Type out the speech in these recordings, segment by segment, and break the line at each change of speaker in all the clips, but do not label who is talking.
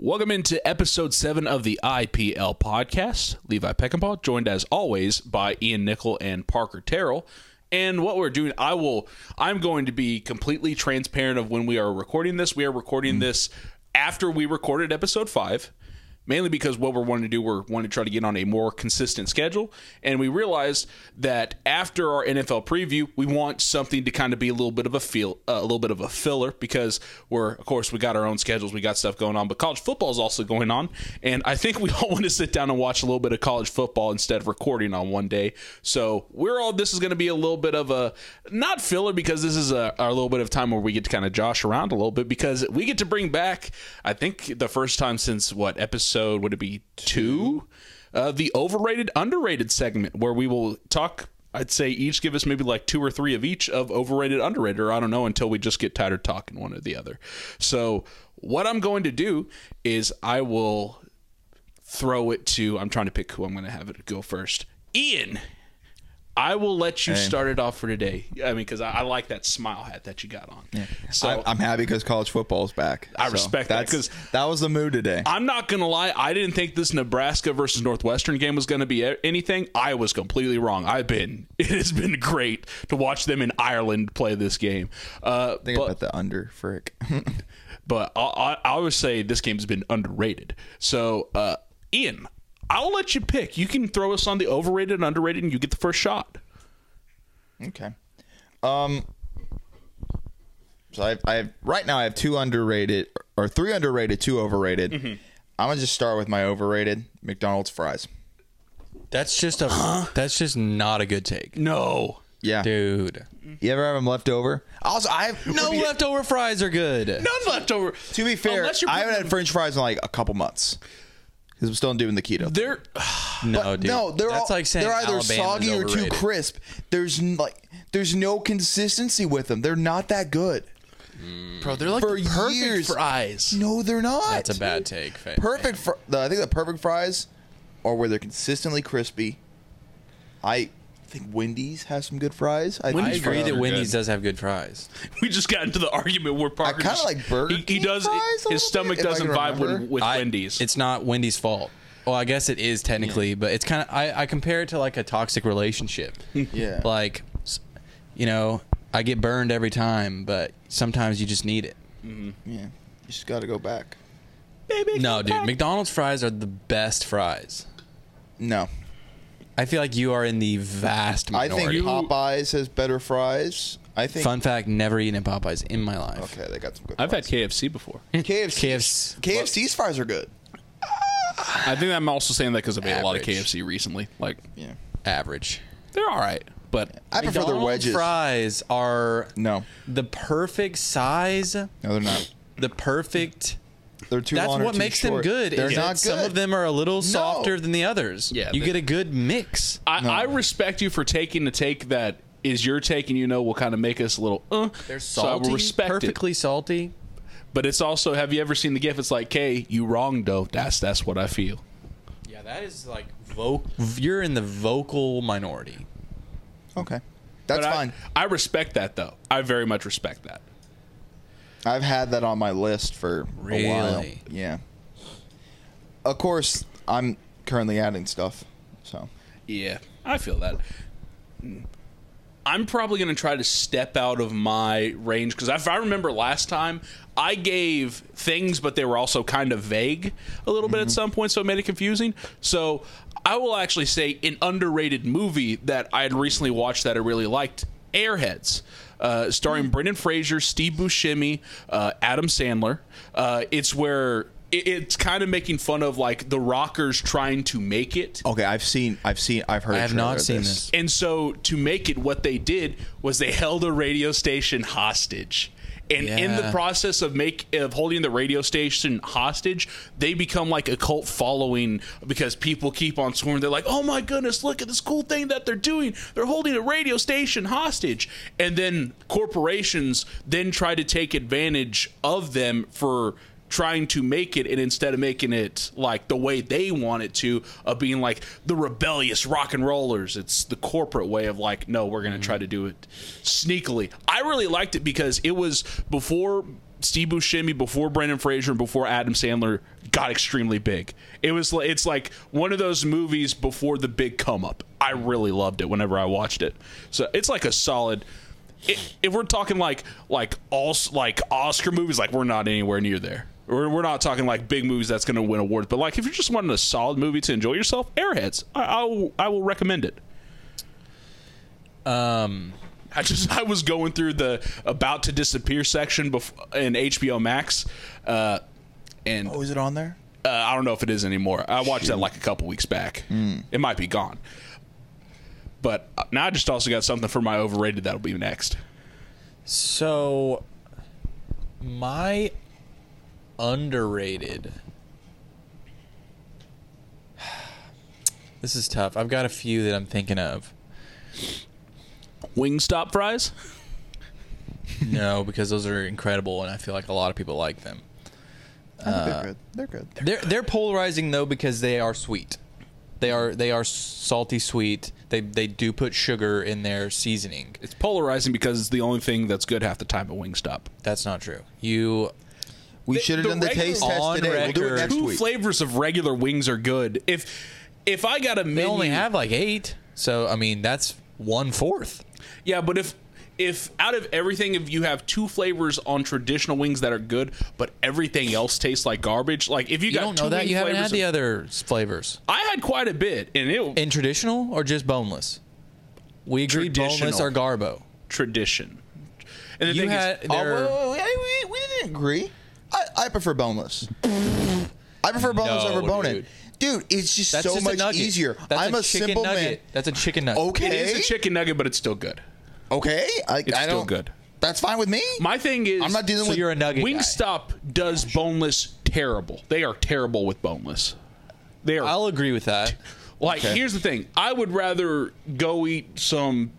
Welcome into episode seven of the IPL podcast. Levi Peckinpah, joined as always by Ian Nickel and Parker Terrell. And what we're doing, I will, I'm going to be completely transparent of when we are recording this. We are recording this after we recorded episode five, mainly because what we're wanting to do, we're wanting to try to get on a more consistent schedule. And we realized that after our NFL preview, we want something to kind of be a little bit of a feel, uh, a little bit of a filler because we're, of course, we got our own schedules, we got stuff going on, but college football is also going on. And I think we all want to sit down and watch a little bit of college football instead of recording on one day. So we're all, this is going to be a little bit of a, not filler because this is a, a little bit of time where we get to kind of josh around a little bit because we get to bring back, I think the first time since what episode would it be two? Uh, the overrated, underrated segment where we will talk. I'd say each give us maybe like two or three of each of overrated, underrated, or I don't know until we just get tired of talking one or the other. So, what I'm going to do is I will throw it to, I'm trying to pick who I'm going to have it go first. Ian, I will let you start it off for today. I mean, because I, I like that smile hat that you got on. So,
I, I'm happy because college football's back.
I respect that,
that's-
'cause-
that was the mood today.
I'm not gonna lie. I didn't think this Nebraska versus Northwestern game was gonna be a- anything. I was completely wrong. I've been. It has been great to watch them in Ireland play this game. Uh,
I think I
but
bet the under frick.
but I, I, I would say this game's been underrated. So, uh, Ian, I'll let you pick. You can throw us on the overrated and underrated, and you get the first shot.
okay. Um. So I, I have, right now I have two underrated or three underrated, two overrated.
Mm-hmm.
I'm gonna just start with my overrated McDonald's fries.
That's just a. That's just not a good take,
No.
Yeah,
dude.
you ever have them left over? Also, I have
No leftover fries are good.
None left over.
To be fair,
Unless you're
I haven't
putting
had French fries in like a couple months because I'm still doing the keto.
There.
No,
But
Oh, dude.
No, they're
That's
all,
like saying
they're either
Alabama's
soggy or too
overrated.
crisp. There's n- like there's no consistency with them. They're not that good.
Bro, they're like
For years,
fries.
No, they're not.
That's a bad take. Fa-
perfect. Fr- the, I think the perfect fries are where they're consistently crispy. I think Wendy's has some good fries. I,
I
think-
agree that
Uh,
Wendy's does have have good fries.
We just got into the argument where Parker.
kinda
just-
like Burger
He, he
King
does.
fries a little
his stomach
bit, if I
doesn't
can
vibe
remember.
with, with
I-
Wendy's.
It's not Wendy's fault. Well, I guess it is technically, but it's kind of. I, I compare it to like a toxic relationship.
Yeah.
Like, s- you know, I get burned every time, but sometimes you just need it.
Yeah, you just got to go back.
No, dude. McDonald's fries are the best fries.
No,
I feel like you are in the vast
I
minority.
think Popeyes has better fries. I think.
Fun fact: Never eaten at Popeyes in my life.
Okay, they got some good.
I've had
fries.
KFC before.
KFC.
KFC.
KFC's fries are good.
I think I'm also saying that because I've ate a lot of
Average.
KFC recently. Like
Yeah,
average.
they're all right, but
I prefer their
McDonald's
wedges.
Fries are
No,
the perfect size,
no, they're not.
the perfect.
They're too
That's
long or
what
too
makes
short.
them good.
They're
is
not
that
good.
Some of them are a little softer than the others.
Yeah,
you
they-
get a good mix.
I, I respect you for taking the take that is your take, and you know will kind of make us a little. Uh,
They're
so I
salty,
will respect it.
perfectly salty.
But it's also, have you ever seen the gif? It's like, "Hey, you wrong though." That's that's what I feel.
Yeah, that is like voc. You're in the vocal minority.
Okay. That's
But I-
fine.
I respect that though. I very much respect that.
I've had that on my list for a while.
Really?
Yeah. Of course, I'm currently adding stuff. So,
Yeah, I feel that. I'm probably going to try to step out of my range because if I remember last time, I gave things, but they were also kind of vague a little bit at some point, so it made it confusing. So I will actually say an underrated movie that I had recently watched that I really liked Airheads. Uh, starring Brendan Fraser, Steve Buscemi, uh, Adam Sandler. Uh, it's where it, it's kind of making fun of like the rockers trying to make it
okay, I've seen I've seen I've heard
I
a
have
trailer
not
of
seen this.
and so to make it, what they did was they held a radio station hostage. And in the
Yeah.
process of make of holding the radio station hostage, they become like a cult following because people keep on swarming. They're like, "Oh my goodness, look at this cool thing that they're doing! They're holding a radio station hostage." And then corporations then try to take advantage of them for trying to make it and instead of making it like the way they want it to of being like the rebellious rock and rollers it's the corporate way of like no we're going to try to do it sneakily i really liked it because it was before Steve Buscemi before Brendan Fraser and before Adam Sandler got extremely big. It was li- it's like one of those movies before the big come up. I really loved it whenever I watched it. So it's like a solid. i if we're talking like like all like Oscar movies, like we're not anywhere near there. We're, we're not talking like big movies that's going to win awards, but like if you're just wanting a solid movie to enjoy yourself, Airheads, I, I will I will recommend it.
Um,
I just I was going through the about to disappear section bef- in HBO Max, uh, and uh,
Oh, is it on there?
I don't know if it is anymore. I watched that like a couple weeks back. It might be gone. But uh, now I just also got something for my overrated that'll be next.
so my underrated. This is tough. I've got a few that I'm thinking of.
Wingstop fries.
No, because those are incredible, and I feel like a lot of people like them.
they're good. Uh, They're good.
They're they're polarizing though because they are sweet. They are they are salty sweet. They they do put sugar in their seasoning.
It's polarizing because it's the only thing that's good half the time at Wingstop.
That's not true. You
we
the-
should have
the
done the
regular-
taste test
On
today. We'll do it
record.
next
Two
week.
flavors of regular wings are good. If if I got a
they
menu,
only have like eight, so I mean that's one fourth.
Yeah, but if if out of everything, if you have two flavors on traditional wings that are good, but everything else tastes like garbage, like if you,
You
got
don't
two
know that
wing
you haven't
flavors
had the other s- flavors
of- I had quite a bit, and it
in traditional or just boneless. We agreed boneless
Traditional.
or garbo.
tradition. And the
You
thing
had
is,
Oh,
there.
wait, wait, wait, we, we didn't agree. I, I prefer boneless. I prefer boneless
No,
over bone in.
dude.
Dude, it's just
that's
so
just a
much
nugget.
easier.
e- That's
I'm a,
chicken
simple
nugget.
man.
That's a chicken nugget.
it
Okay.
is a chicken nugget, but it's still good.
Okay. I,
It's
I
still
don't,
good.
That's fine with me.
My thing is,
I'm not dealing
So
with
you're a nugget. guy.
Wingstop does boneless terrible. They are terrible with boneless. They are
I'll agree with that.
Like,
Okay.
here's the thing: I would rather go eat some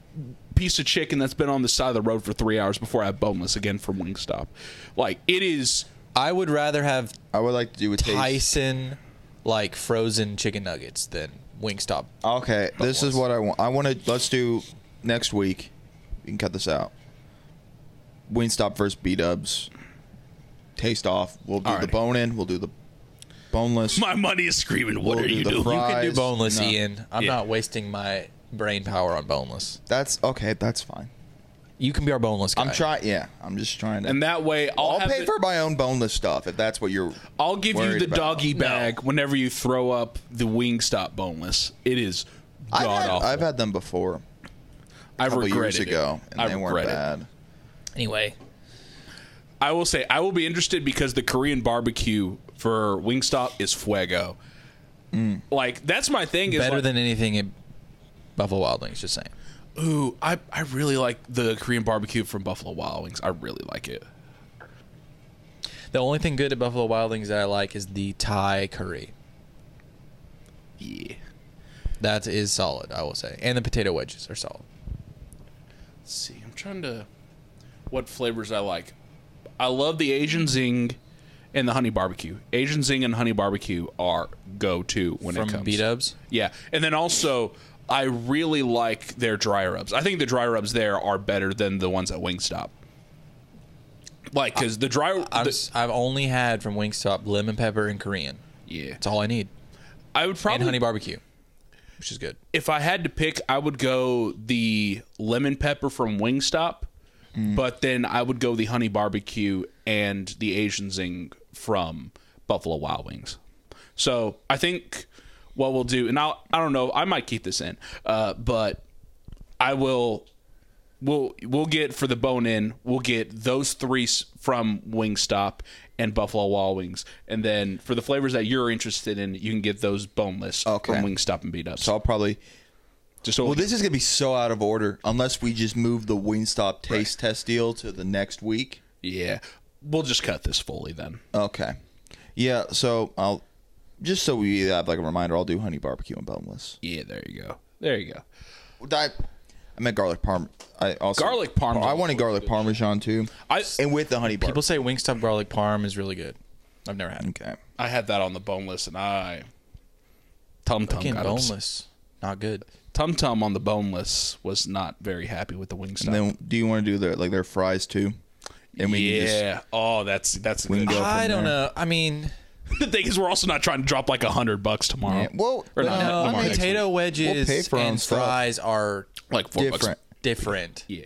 piece of chicken that's been on the side of the road for three hours before I have boneless again from Wingstop. Like, it is.
I would rather have
I would like to do a taste.
Tyson like frozen chicken nuggets than Wingstop.
Okay, this is what I want. I want to let's do next week. You can cut this out. Wingstop versus B Dubs. Taste off. We'll do the
Alrighty.
bone in. We'll do the boneless.
My money is screaming. What
We'll
are
do
you
the
doing?
fry-
You can do
Fries,
boneless,
no.
Ian. I'm
Yeah.
not wasting my brain power on boneless.
that's okay. That's fine.
You can be our boneless guy.
I'm trying. Yeah, I'm just trying to.
and that way, I'll,
I'll
have
pay
the-
for my own boneless stuff if that's what you're.
I'll give you
worried
the
about.
doggy bag whenever you throw up the Wingstop boneless. It is god
I've had,
awful.
I've had them before.
I
A couple
regret
years
it.
ago, and
I
they
regret
weren't
it.
bad.
Anyway,
I will say I will be interested because the Korean barbecue for Wingstop is fuego. Like that's my thing. Is
Mm. better
like,
than anything at Buffalo Wild Wings. Just saying.
Ooh, I, I really like the Korean barbecue from Buffalo Wild Wings. I really like it.
The only thing good at Buffalo Wild Wings that I like is the Thai curry.
Yeah.
That is solid, I will say. And the potato wedges are solid.
Let's see. I'm trying to what flavors I like. I love the Asian zing and the honey barbecue. Asian zing and honey barbecue are go to when it
From
comes.
B Dubs.
Yeah. And then also I really like their dry rubs. I think the dry rubs there are better than the ones at Wingstop. Like cuz the dry
I'm
the-
s- I've only had from Wingstop lemon pepper and Korean.
yeah.
That's all I need.
I would
And
probably
honey barbecue, which is good.
if I had to pick, I would go the lemon pepper from Wingstop,
Mm.
but then I would go the honey barbecue and the Asian zing from Buffalo Wild Wings. So I think what we'll do, and I I don't know, I might keep this in, uh, but I will. We'll we'll get for the bone in. We'll get those three s- from Wingstop and Buffalo Wild Wings, and then for the flavors that you're interested in, you can get those boneless
Okay.
from Wingstop and Beat Up.
So I'll probably.
Just so
Well, this is gonna be so out of order unless we just move the Wingstop taste test deal to the next week.
yeah, we'll just cut this fully then.
Okay. Yeah, so I'll just so we have like a reminder, I'll do honey barbecue and boneless.
Yeah, there you go. There you go.
I, I meant garlic parm. I also
Garlic parmesan.
I wanted garlic parmesan too,
I
and with the honey barbecue.
People say Wingstop garlic parm is really good. I've never had it.
okay.
I had that on the boneless, and I tum tum
Again,
got boneless.
boneless. Not good.
Tum tum on the boneless was not very happy with the wing
And then do you want to do their like their fries too? and we can just
yeah. oh, that's that's.
we can
good.
go
I
from
don't
there.
know. I mean,
the thing is, we're also not trying to drop like a hundred bucks tomorrow.
Yeah, well,
or not,
no,
tomorrow,
I mean,
next
uh, potato
week.
wedges
We'll pay for our own
and
stuff.
fries are
like four
Different.
bucks.
different.
Yeah,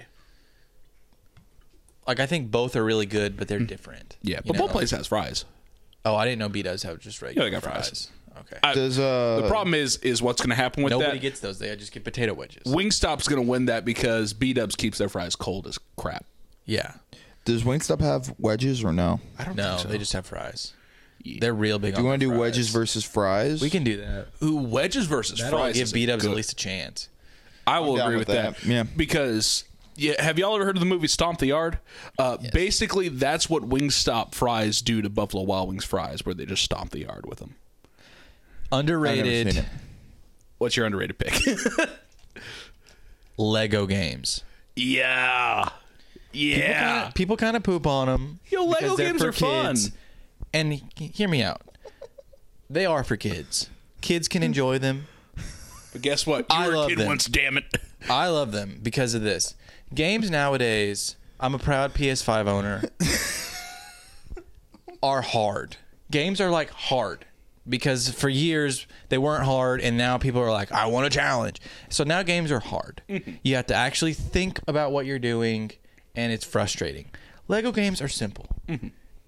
Like I think both are really good, but they're different.
Mm. yeah.
you
But
know?
both places has fries.
Oh, I didn't know B does have just regular
got fries.
fries. Okay.
I-
Does uh
the problem is, is what's going to happen with
Nobody
that?
gets those. They just get potato wedges.
Wingstop's going to win that because B Dubs keeps their fries cold as crap.
yeah.
does Wingstop have wedges or no?
I don't
No,
think so.
they just have fries. They're real big.
Do you want to do wedges versus fries?
We can do that.
Ooh, wedges versus
That'll
fries.
give
is a
B Dubs at
good-
least a chance.
I will
I'm down
agree with
with
that.
that, yeah.
Because yeah, have y'all ever heard of the movie Stomp the Yard? Uh, Basically, that's what Wingstop fries do to Buffalo Wild Wings fries, where they just stomp the yard with them.
seen
Underrated
it.
What's your underrated pick?
Lego games.
yeah, yeah.
People kind of poop on them.
Yo, Lego games are fun.
And he- hear me out. They are for kids. Kids can enjoy them.
But guess what? You
I
were a
love
kid
them.
once, damn it.
I love them because of this. Games nowadays, I'm a proud PS5 owner, are hard. Games are like hard because for years they weren't hard, and now people are like, I want a challenge. So now games are hard. you have to actually think about what you're doing, and it's frustrating. Lego games are simple.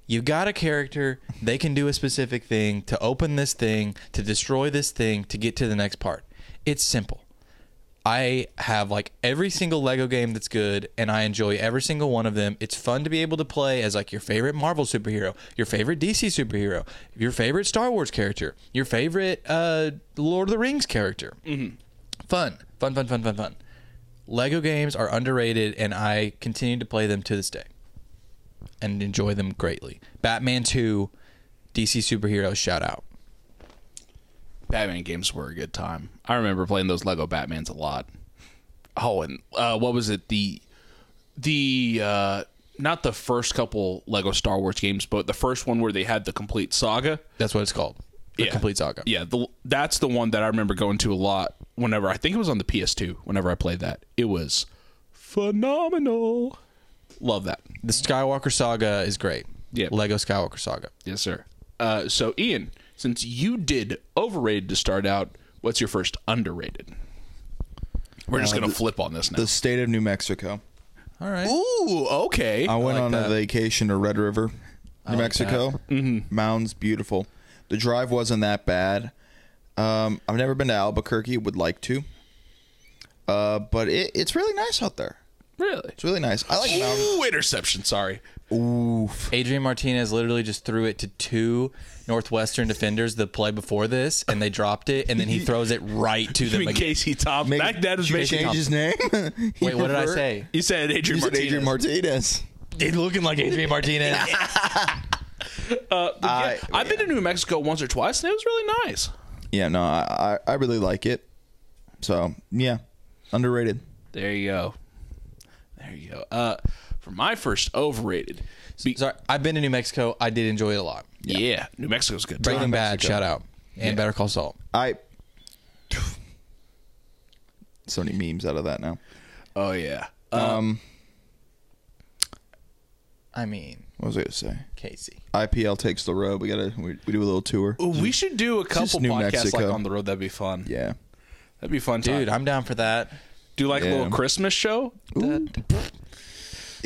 You got a character, they can do a specific thing to open this thing, to destroy this thing, to get to the next part. It's simple. I have like every single Lego game that's good, and I enjoy every single one of them. It's fun to be able to play as like your favorite Marvel superhero, your favorite DC superhero, your favorite Star Wars character, your favorite uh, Lord of the Rings character. Mm-hmm. Fun, fun, fun, fun, fun, fun. Lego games are underrated, and I continue to play them to this day, and enjoy them greatly. Batman Two, DC superhero shout out.
Batman games were a good time. I remember playing those Lego Batmans a lot. Oh, and uh, what was it? The the uh, not the first couple Lego Star Wars games, but the first one where they had the complete saga.
That's what it's called. The
Yeah.
complete saga.
Yeah, the, that's the one that I remember going to a lot. Whenever I think it was on the PS2. Whenever I played that, it was phenomenal. Love that.
The Skywalker saga is great.
Yeah.
Lego Skywalker saga.
Yes, sir. Uh, so, Ian, since you did overrated to start out, what's your first underrated? We're just gonna flip on this now.
Uh, The state of New Mexico.
All right.
Ooh, okay.
I went
like
on
that.
a vacation to Red River, New Mexico. Mm-hmm. Mountains beautiful. The drive wasn't that bad. Um, I've never been to Albuquerque. Would like to. Uh, but it, it's really nice out there.
really?
It's really nice. I like mountains.
Ooh, interception. Sorry.
Oof.
Adrian Martinez literally just threw it to two Northwestern defenders the play before this, and they dropped it, and then he throws it right to
You
them
mean
again.
Casey Thompson?
Make-
That, that is
change
Mason Thompson.
his name.
Wait, what did I say?
You said Adrian
You said
Martinez.
Adrian Martinez.
He's looking like Adrian Martinez.
Uh, Yeah,
I-
I've been to New Mexico once or twice, and it was really nice.
Yeah, no, I, I I really like it. So yeah, underrated.
There you go. There you go. Uh, for my first overrated, be-
Sorry, I've been to New Mexico. I did enjoy it a lot.
yeah. New Mexico's good.
Breaking
time.
Bad, shout out, and Better Call Saul.
I. So many memes out of that now.
Oh yeah.
Um,
I mean,
what was I gonna say?
Casey.
IPL takes the road. We gotta we, we do a little tour.
Ooh, we should do a couple
New
podcasts
Mexico.
like on the road. That'd be fun.
Yeah.
That'd be fun,
Dude,
Time.
I'm down for that.
do like a
Yeah.
little Christmas show.
It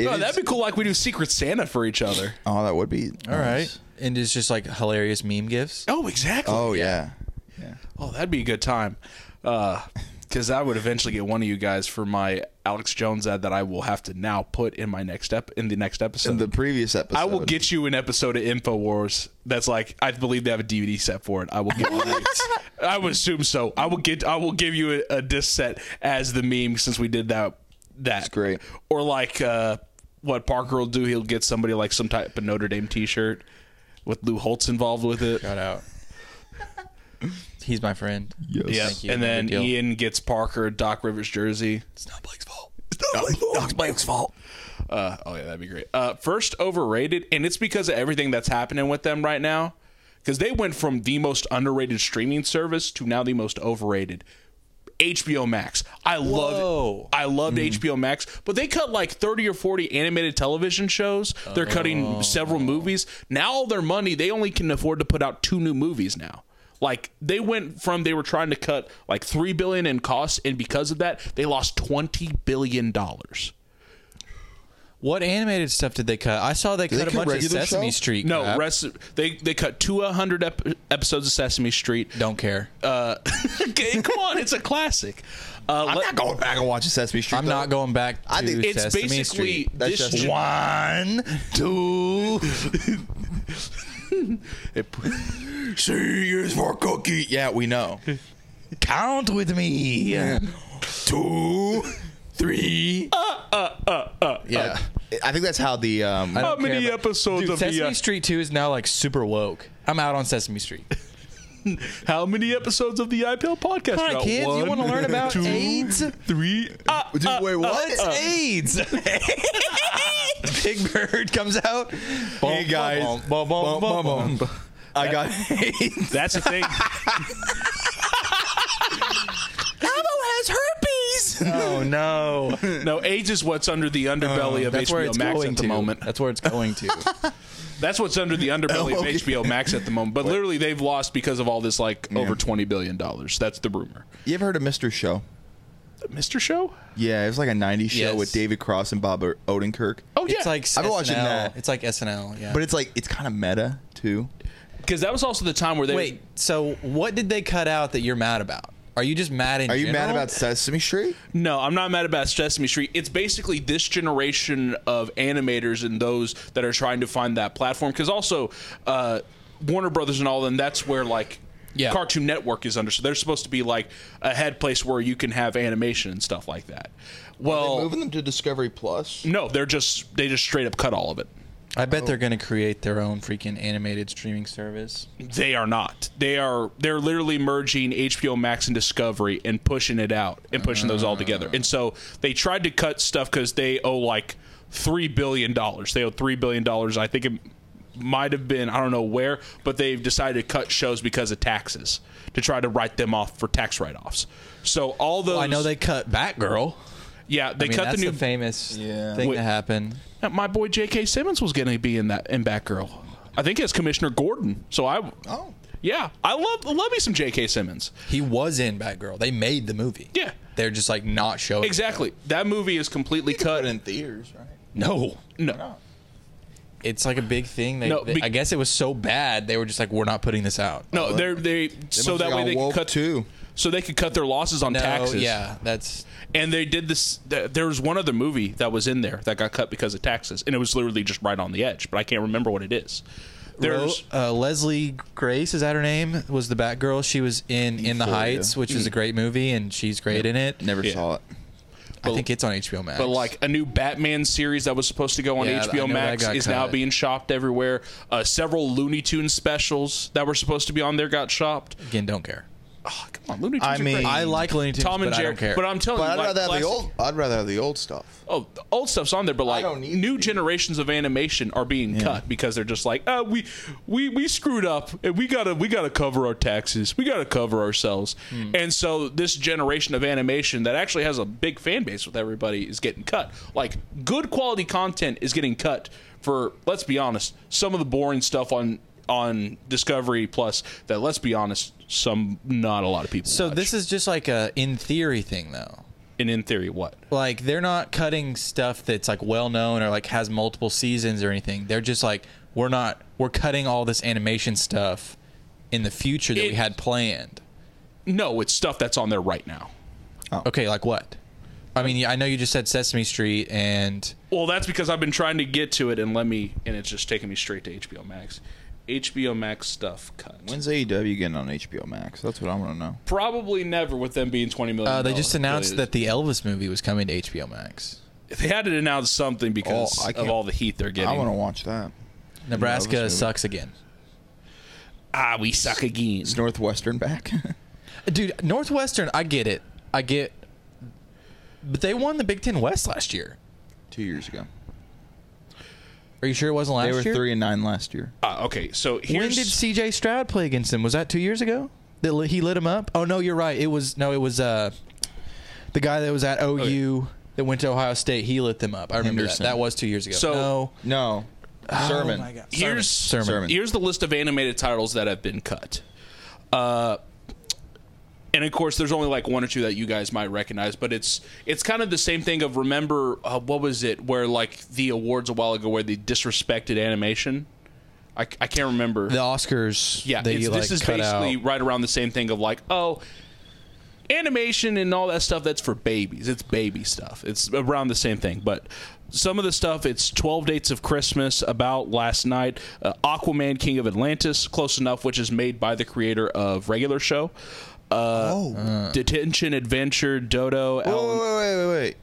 No,
is-
that'd be cool. Like we do Secret Santa for each other.
oh, that would be
All right, and it's just like hilarious meme gifs.
Oh, exactly.
Oh yeah. Yeah.
Oh, that'd be a good time. Because I would eventually get one of you guys for my Alex Jones ad that I will have to now put in my next step in the next episode.
In the previous episode,
I will get you an episode of Infowars that's like I believe they have a DVD set for it. I will get. one of these. I would assume so. I will get. I will give you a, a disc set as the meme since we did that. That's
great.
Or like uh, what Parker will do, he'll get somebody like some type of Notre Dame T-shirt with Lou Holtz involved with it.
Shout out. He's my friend.
Yes.
Yeah,
Thank you.
and
No
then
big deal.
Ian gets Parker Doc Rivers jersey.
It's not Blake's fault.
Doc Blake's fault. Uh, oh yeah, that'd be great. Uh, first overrated, and it's because of everything that's happening with them right now. Because they went from the most underrated streaming service to now the most overrated HBO Max. I love
Whoa.
I loved HBO Max, but they cut like 30 or 40 animated television shows. They're cutting several movies. Now all their money, they only can afford to put out two new movies now. Like they went from they were trying to cut like 3 billion in costs and because of that, they lost 20 billion dollars.
What animated stuff did they cut? I saw they cut
they
a
cut
bunch of
regular
Sesame
show?
Street.
No,
crap.
rest, they they cut 200 ep- episodes of Sesame Street.
don't care.
Uh, okay, come on, it's a classic. Uh,
I'm
let-
not going back and watching Sesame Street.
I'm not going back. To
I think
it's
Sesame
basically
Street.
That's
this
just-
gen-
one, two.
going. C is for cookie. Yeah, we know.
Count with me.
Two, three. Uh, uh, uh, uh. Yeah. I think that's how the. Um,
I
How
don't care
many
about-
episodes
Dude,
of
Sesame
the, uh,
Street Two is now like super woke. I'm out on Sesame Street.
How many episodes of the IPL podcast?
All right,
About
kids, you
one,
want to learn about
two,
AIDS?
Three. Ah,
dude, wait, what?
It's AIDS. Big Bird comes out.
hey, guys.
Bum, bum, bum, bum, bum.
I got AIDS.
that's the thing.
has herpes.
Oh no!
No, AIDS is what's under the underbelly of
Uh, That's where
HBO
it's
Max
going
at
to.
the moment.
That's Oh, where it's going to.
That's what's under the underbelly of
okay.
HBO Max at the moment. But literally, they've lost because of all this, like over twenty billion dollars. That's the rumor.
You ever heard of Mr. Show?
Mr. Show?
Yeah, it was like a 90s show
Yes.
with David Cross and Bob Er, Odenkirk.
Oh yeah,
It's like
I've been
SNL.
watching that.
It's like SNL. Yeah.
But it's like, it's kind of meta, too.
because that was also the time where they
wait, so what did they cut out that you're mad about? Are you just mad in
Are you mad
general?
about Sesame Street?
No, I'm not mad about Sesame Street. It's basically this generation of animators and those that are trying to find that platform. Because also, uh, Warner Brothers and all, and that's where like
Yeah.
Cartoon Network is under. So they're supposed to be like a head place where you can have animation and stuff like that. Well,
Moving them to Discovery Plus.
no, they're just they just straight up cut all of it.
I bet
Oh.
they're going to create their own freaking animated streaming service.
They are not. They are. They're literally merging HBO Max and Discovery and pushing it out and pushing those all together. And so they tried to cut stuff because they owe like three billion dollars. They owe three billion dollars. I think it might have been I don't know where, but they've decided to cut shows because of taxes to try to write them off for tax write-offs. So all those
I know they cut Batgirl.
yeah they
I mean,
cut
that's
the new
famous
Yeah.
thing
Wait.
that happened.
my boy J.K. Simmons was going to be in that in Batgirl. I think as Commissioner Gordon. So I
Oh.
yeah I love love me some J.K. Simmons.
He was in Batgirl. They made the movie.
Yeah.
They're just like not showing. it.
Exactly. That movie is completely cut.
But in theaters, right?
No.
No,
It's like a big thing. They,
No,
they-
be-
I guess it was so bad they were just like, we're not putting this out.
no, they're they, so
must've
that way
gone
they could
woke
cut
too.
So they could cut their losses on
No,
taxes.
Yeah, that's
and they did this. th- There was one other movie that was in there that got cut because of taxes, and it was literally just right on the edge. But I can't remember what it is. There's
uh, Leslie Grace. Is that her name? Was the Batgirl? She was in In the
Euphoria. Mm.
Heights, which is a great movie, and she's great in it.
Never
Yeah.
saw it.
I think it's on HBO Max.
but like a new Batman series that was supposed to go on
Yeah, I
HBO
know
Max
that got
is now
cut.
being shopped everywhere. Uh, several Looney Tunes specials that were supposed to be on there got shopped.
again, don't care.
Oh, come on, Looney Tunes.
I
are
mean,
great.
I like Looney Tunes,
Tom and
but
Jerry.
I don't care.
But I'm telling
But
you,
I'd
like,
rather have the
classic-
old. I'd rather have the old stuff.
Oh, the old stuff's on there, but like
don't need
new
to.
generations of animation are being cut because they're just like, uh, we we we screwed up and we gotta we gotta cover our taxes, we gotta cover ourselves,
Hmm.
and so this generation of animation that actually has a big fan base with everybody is getting cut. Like good quality content is getting cut for let's be honest, some of the boring stuff on on Discovery Plus that let's be honest, some not a lot of people.
so
watch.
this is just like a in theory thing, though.
and in theory, what
Like they're not cutting stuff that's like well known or like has multiple seasons or anything. They're just like we're not we're cutting all this animation stuff in the future that we
It-
had planned.
no, it's stuff that's on there right now.
Okay, like what? I mean, I know you just said Sesame Street and
Well, that's because I've been trying to get to it, and let me, and it's just taking me straight to HBO Max. HBO Max stuff cut.
When's AEW getting on HBO Max? That's what I want to know.
Probably never with them being twenty million.
Uh, they just announced that the Elvis movie was coming to HBO Max.
they had to announce something because
Oh, I
of
can't-
all the heat they're
I want to
getting.
watch that. Elvis
Nebraska
movie.
sucks again.
Ah, we suck again.
Is Northwestern back?
Dude, Northwestern, I get it. I get But they won the Big 10 West last year.
Two years ago,
Are you sure it wasn't last
they were
year?
three and nine last year.
Ah, okay, so
when
here's
did CJ Stroud play against him? Was that 2 years ago? That li- he lit him up? Oh no, you're right. It was no, it was uh the guy that was at OU
Oh,
that went to Ohio State, he lit them up. I remember
Henderson.
that. That was two years ago.
So-
no.
No. Sermon.
Oh my God.
Here's
Sermon. Sermon.
here's the list of animated titles that have been cut. Uh, and of course, there's only like one or two that you guys might recognize, but it's it's kind of the same thing. Of remember uh, what was it where like the awards a while ago where they disrespected animation. I, I can't remember.
The Oscars.
yeah,
they,
it's-
like,
this is
cut
basically
out.
right around the same thing of like oh. Animation and all that stuff that's for babies. It's baby stuff. It's around the same thing, but some of the stuff it's 12 dates of Christmas about last night, uh, Aquaman King of Atlantis, close enough which is made by the creator of regular show. Uh, Detention Adventure Dodo
Wait,
Alan,
wait, wait, wait, wait.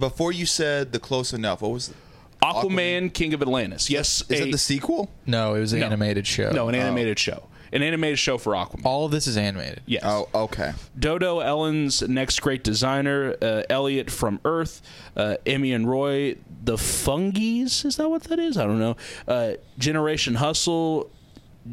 Before you said the close enough, what was the,
Aquaman, King of Atlantis. Yes,
is
a-
it the sequel?
No, it was an animated show.
no, an animated show. An animated show for Aquaman.
all of this is animated.
Yes.
Oh, okay.
Dodo Ellen's next great designer, uh, Elliot from Earth, uh, Emmy and Roy, the Fungies. Is that what that is? I don't know. Uh, Generation Hustle,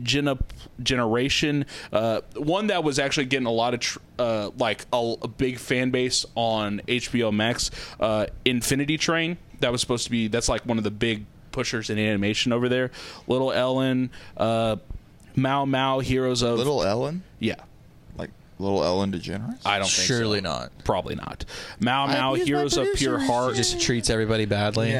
Gen- Generation. Uh, one that was actually getting a lot of tr- uh, like a, a big fan base on HBO Max. Uh, Infinity Train. That was supposed to be. That's like one of the big pushers in animation over there. Little Ellen, uh, Mao Mao, Heroes of
Little Ellen,
Yeah.
like Little Ellen DeGeneres.
I don't think so.
Surely not.
Probably not. Mao Mao,
use my
Heroes of Pure
producer's
Heart,
Just treats everybody badly.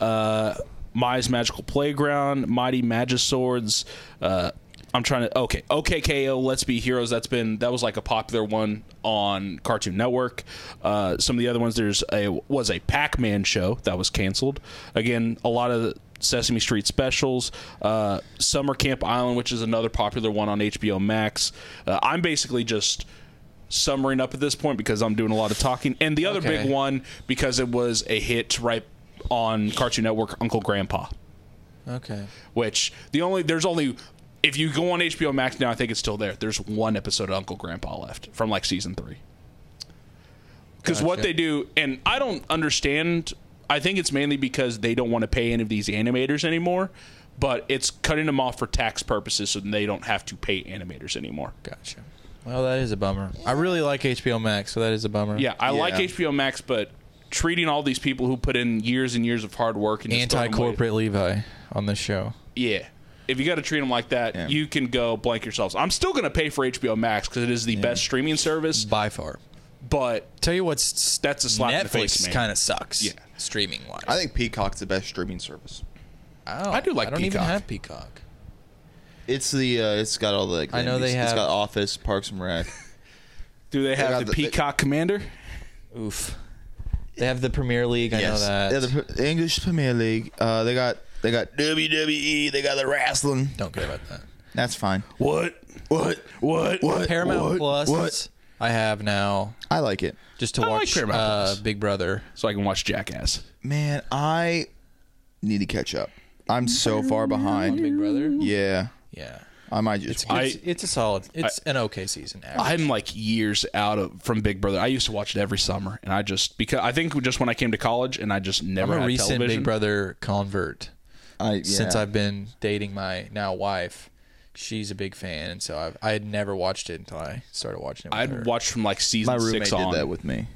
Mai's Magical Playground, Mighty Magiswords. Uh, I'm trying to okay, OKKO, Let's Be Heroes. That's been that was like a popular one on Cartoon Network. Uh, some of the other ones there's a was a Pac-Man show that was canceled. Again, a lot of Sesame Street specials, uh, Summer Camp Island, which is another popular one on HBO Max. Uh, I'm basically just summaring up at this point because I'm doing a lot of talking. And the other
Okay.
big one because it was a hit right on Cartoon Network, Uncle Grandpa,
Okay.
which the only there's only if you go on HBO Max now, I think it's still there. There's one episode of Uncle Grandpa left from like season three. Because what
Gotcha.
they do, and I don't understand. I think it's mainly because they don't want to pay any of these animators anymore, but it's cutting them off for tax purposes, so they don't have to pay animators anymore.
Gotcha. Well, that is a bummer. I really like HBO Max, so that is a bummer.
Yeah, I like
Yeah.
HBO Max, but treating all these people who put in years and years of hard work and just throw them
Anti
away-
corporate Levi on this show.
yeah. If you got to treat them like that,
Yeah.
you can go blank yourselves. I'm still going to pay for HBO Max because it is the best streaming service,
By far.
but
Tell you what's
That's a slap in the face,
Netflix
man.
kind of sucks.
Yeah.
Streaming wise.
I think Peacock's the best streaming service.
I do like
I don't even
Peacock.
have Peacock.
It's the uh, it's got all the. Like,
I know they
it's- It's
have-
got Office, Parks and Rec.
do they have
got
the,
the- they-
Peacock Commander?
Oof. They have the Premier League. I know that.
Yeah, the P- English Premier League. Uh, they got they got WWE. They got the wrestling.
don't care about that.
That's fine.
What?
What?
What?
What? What?
Paramount Plus.
What?
I have now
I like it.
just to
I like
watch
Paramount
uh,
Plus.
Big Brother.
So I can watch Jackass.
Man, I need to catch up. I'm so far behind.
Big Brother.
Yeah,
Yeah.
I might just.
It's, it's, it's a solid. It's an okay season. Average.
I'm like years out of from Big Brother. I used to watch it every summer, and I just because I think just when I came to college, and I just never
I'm a
had
recent
television.
Big Brother convert.
I, yeah.
Since I've been dating my now wife, she's a big fan, and so I've, I had never watched it until I started watching it. With her.
I'd watch from like season
my roommate
six
did
on.
that with me,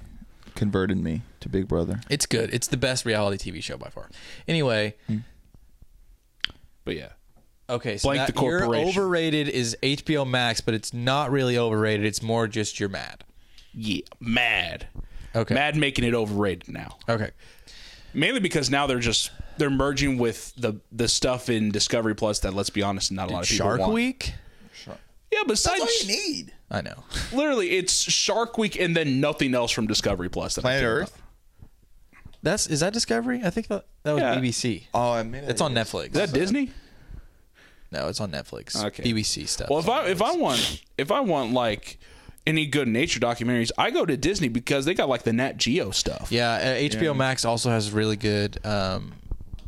converted me to Big Brother.
It's good. It's the best reality TV show by far. Anyway,
Hmm. but yeah,
okay. So
Blank
that,
the corporation.
Your overrated is HBO Max, but it's not really overrated. It's more just you're mad.
yeah, mad.
Okay.
Mad making it overrated now.
Okay.
Mainly because now they're just they're merging with the the stuff in Discovery Plus that let's be honest, not a lot of people
Shark
want.
Week.
Yeah, besides
need.
I know.
literally it's Shark Week and then nothing else from Discovery Plus. that I
Planet
care
Earth.
about.
That's is that Discovery? I think that, that was
Yeah. Uh,
BBC.
Oh, I mean,
It's on Netflix.
Is that Disney?
no, it's on Netflix.
Okay.
BBC stuff.
Well, if I if I want if I want like any good nature documentaries, I go to Disney because they got like the Nat Geo stuff.
Yeah, uh, HBO Max also has really good um,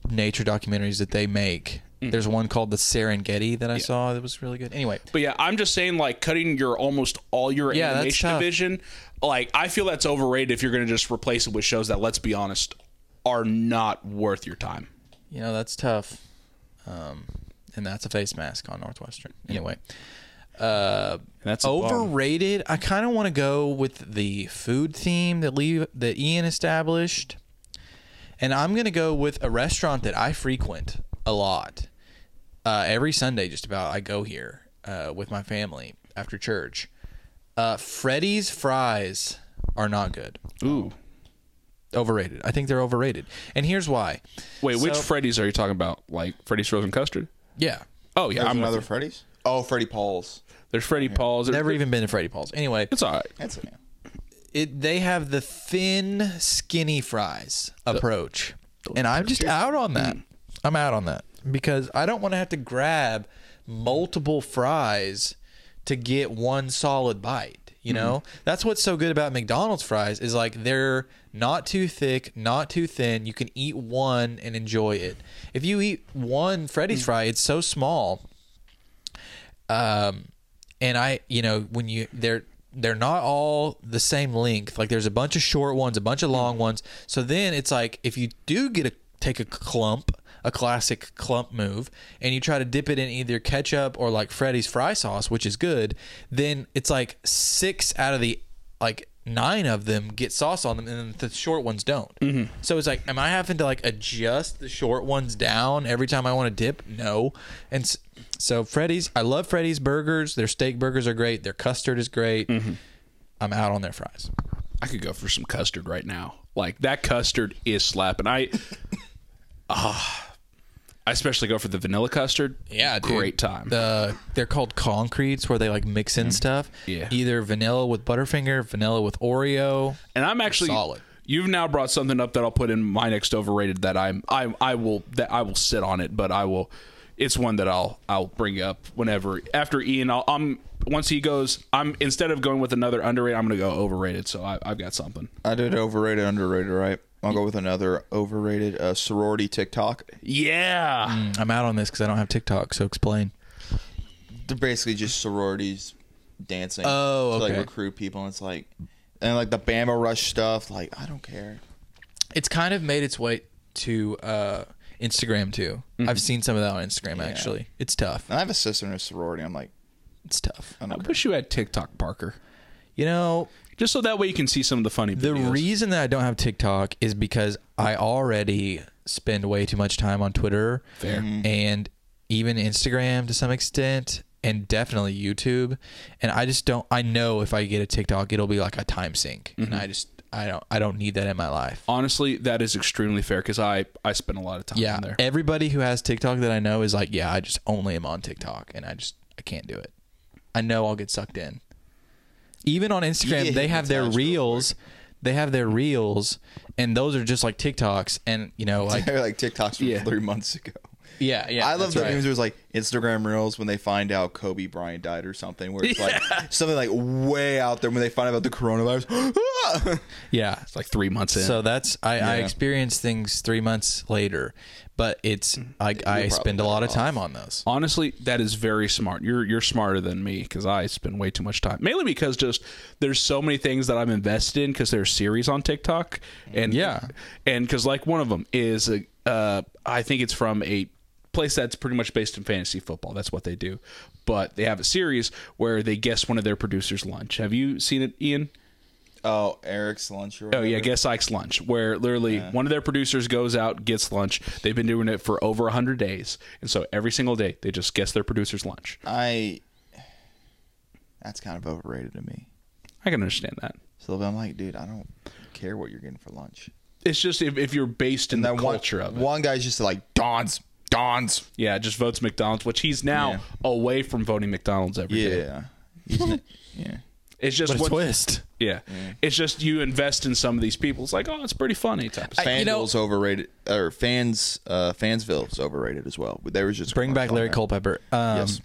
nature documentaries that they make.
Hmm.
There's one called The Serengeti that I saw that was really good. Anyway,
But yeah, I'm just saying, like cutting your almost all your
Yeah, that's
animation
tough.
division. Like, I feel that's overrated if you're going to just replace it with shows that, let's be honest, are not worth your time.
you know that's tough, um, and that's a face mask on Northwestern. Anyway, Uh,
That's a bummer.
overrated. I kind of want to go with the food theme that leave that Ian established, and I'm gonna go with a restaurant that I frequent a lot. Uh, every Sunday, just about, I go here uh, with my family after church. Uh, Freddy's fries are not good.
Ooh.
Overrated. I think they're overrated, and here's why.
Wait, which
So-
Freddy's are you talking about? Like Freddy's frozen custard?
Yeah,
Oh yeah,
There's
I'm
another Freddy's. Oh, Freddy Paul's.
There's Freddy Paul's. There-
never even been to Freddy Paul's. Anyway,
It's all right.
That's it.
it they have the thin skinny fries approach and i'm just out on that i'm out on that because i don't want to have to grab multiple fries to get one solid bite you know that's what's so good about mcdonald's fries is like they're not too thick not too thin you can eat one and enjoy it if you eat one freddy's fry it's so small um, and I, you know, when you they're they're not all the same length. Like there's a bunch of short ones, a bunch of long ones. So then it's like if you do get a take a clump, a classic clump move, and you try to dip it in either ketchup or like Freddy's fry sauce, which is good, then it's like six out of the like nine of them get sauce on them and then the short ones don't
Mm-hmm.
so it's like am i having to like adjust the short ones down every time i want to dip no and s- so freddy's i love freddy's burgers their steak burgers are great their custard is great
Mm-hmm.
i'm out on their fries
I could go for some custard right now. Like that custard is slapping. I ah, I especially go for the vanilla custard.
dude.
great time. Mm-hmm.
the they're called concretes where they like mix in stuff
Yeah.
either vanilla with butterfinger vanilla with oreo
and I'm actually
solid.
You've now brought something up that I'll put in my next overrated that I'm I I will that I will sit on it, but I will. It's one that I'll I'll bring up whenever after Ian. I'll, I'm once he goes. I'm instead of going with another underrated, I'm going to go overrated. So I, I've got something.
I did overrated, underrated, right? I'll go with another overrated uh, sorority TikTok.
Yeah.
Mm, i'm out on this because i don't have tiktok so explain
They're basically just sororities dancing.
Oh,
To,
okay.
like recruit people, and it's like, and like the Bama Rush stuff. Like, I don't care.
it's kind of made its way to uh, Instagram too. I've seen some of that on Instagram actually. It's tough.
And I have a sister in a sorority. I'm like,
It's tough.
I wish you had TikTok, Parker.
You know,
Just so that way you can see some of the funny
the
videos.
reason that I don't have TikTok is because I already spend way too much time on Twitter Mm-hmm. and even Instagram to some extent and definitely YouTube and I just don't I know if I get a TikTok it'll be like a time sink and I just I don't I don't need that in my life.
Honestly, that is extremely fair because I I spend a lot of time
Yeah.
on there.
Everybody who has TikTok that I know is like, yeah, I just only am on TikTok and I just I can't do it. I know I'll get sucked in. Even on Instagram,
get
they have their
hypnotized real
reels. They have their reels and those are just like TikToks and you know like
they're like TikToks from
Yeah.
three months ago.
yeah, yeah.
I love
that's
the
right.
memes. It was like Instagram reels when they find out Kobe Bryant died or something, where it's like something like way out there when they find out about the coronavirus.
Yeah.
It's like three months in.
So that's I, I
Yeah.
experience things three months later, but it's
Mm.
I, I spend a lot of time on those.
Honestly, that is very smart. You're you're smarter than me because I spend way too much time. Mainly because just there's so many things that I'm invested in because there's series on TikTok and
Yeah.
and because like one of them is a, uh, I think it's from a place that's pretty much based in fantasy football. That's what they do, but they have a series where they guess one of their producers' lunch. Have you seen it, Ian?
oh, Eric's lunch. Or
Oh yeah, guess Ike's lunch, where literally one of their producers goes out, gets lunch. They've been doing it for over hundred days, and so every single day they just guess their producer's lunch.
I. That's kind of overrated to me.
I can understand that.
So I'm like, dude, I don't care what you're getting for lunch.
It's just if, if you're based in the
That one,
culture of it.
one guy's just like Don's, Don's.
yeah, just votes McDonald's, which he's now
Yeah.
away from voting McDonald's every day.
Yeah, He's n- yeah.
It's just
But a
what-
twist.
Yeah. It's just you invest in some of these people. It's like, oh, it's pretty funny type of stuff.
you know-
FanDuel's overrated, or fans, uh, Fansville's overrated as well. But there was just
Bring back Larry Culpepper. Um,
Yes.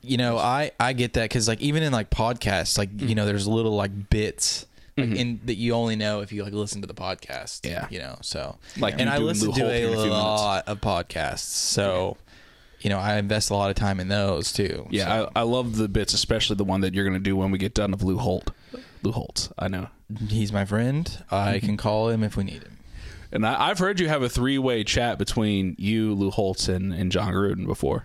You know, I I get that because like even in like podcasts, like
Mm-hmm.
you know, there's little like bits like, in that you only know if you like listen to the podcast.
Yeah.
You know, so
Like
and
you
I
do in
listen
Lou
to
Holtz
a
in a few minutes.
lot of podcasts, so you know I invest a lot of time in those too. So-
Yeah, I, I love the bits, especially the one that you're gonna do when we get done of Lou Holt. Lou Holtz, I Mm-hmm. know.
he's my friend. I can call him if we need him.
And I, I've heard you have a three way chat between you, Lou Holtz, and, and John Gruden before.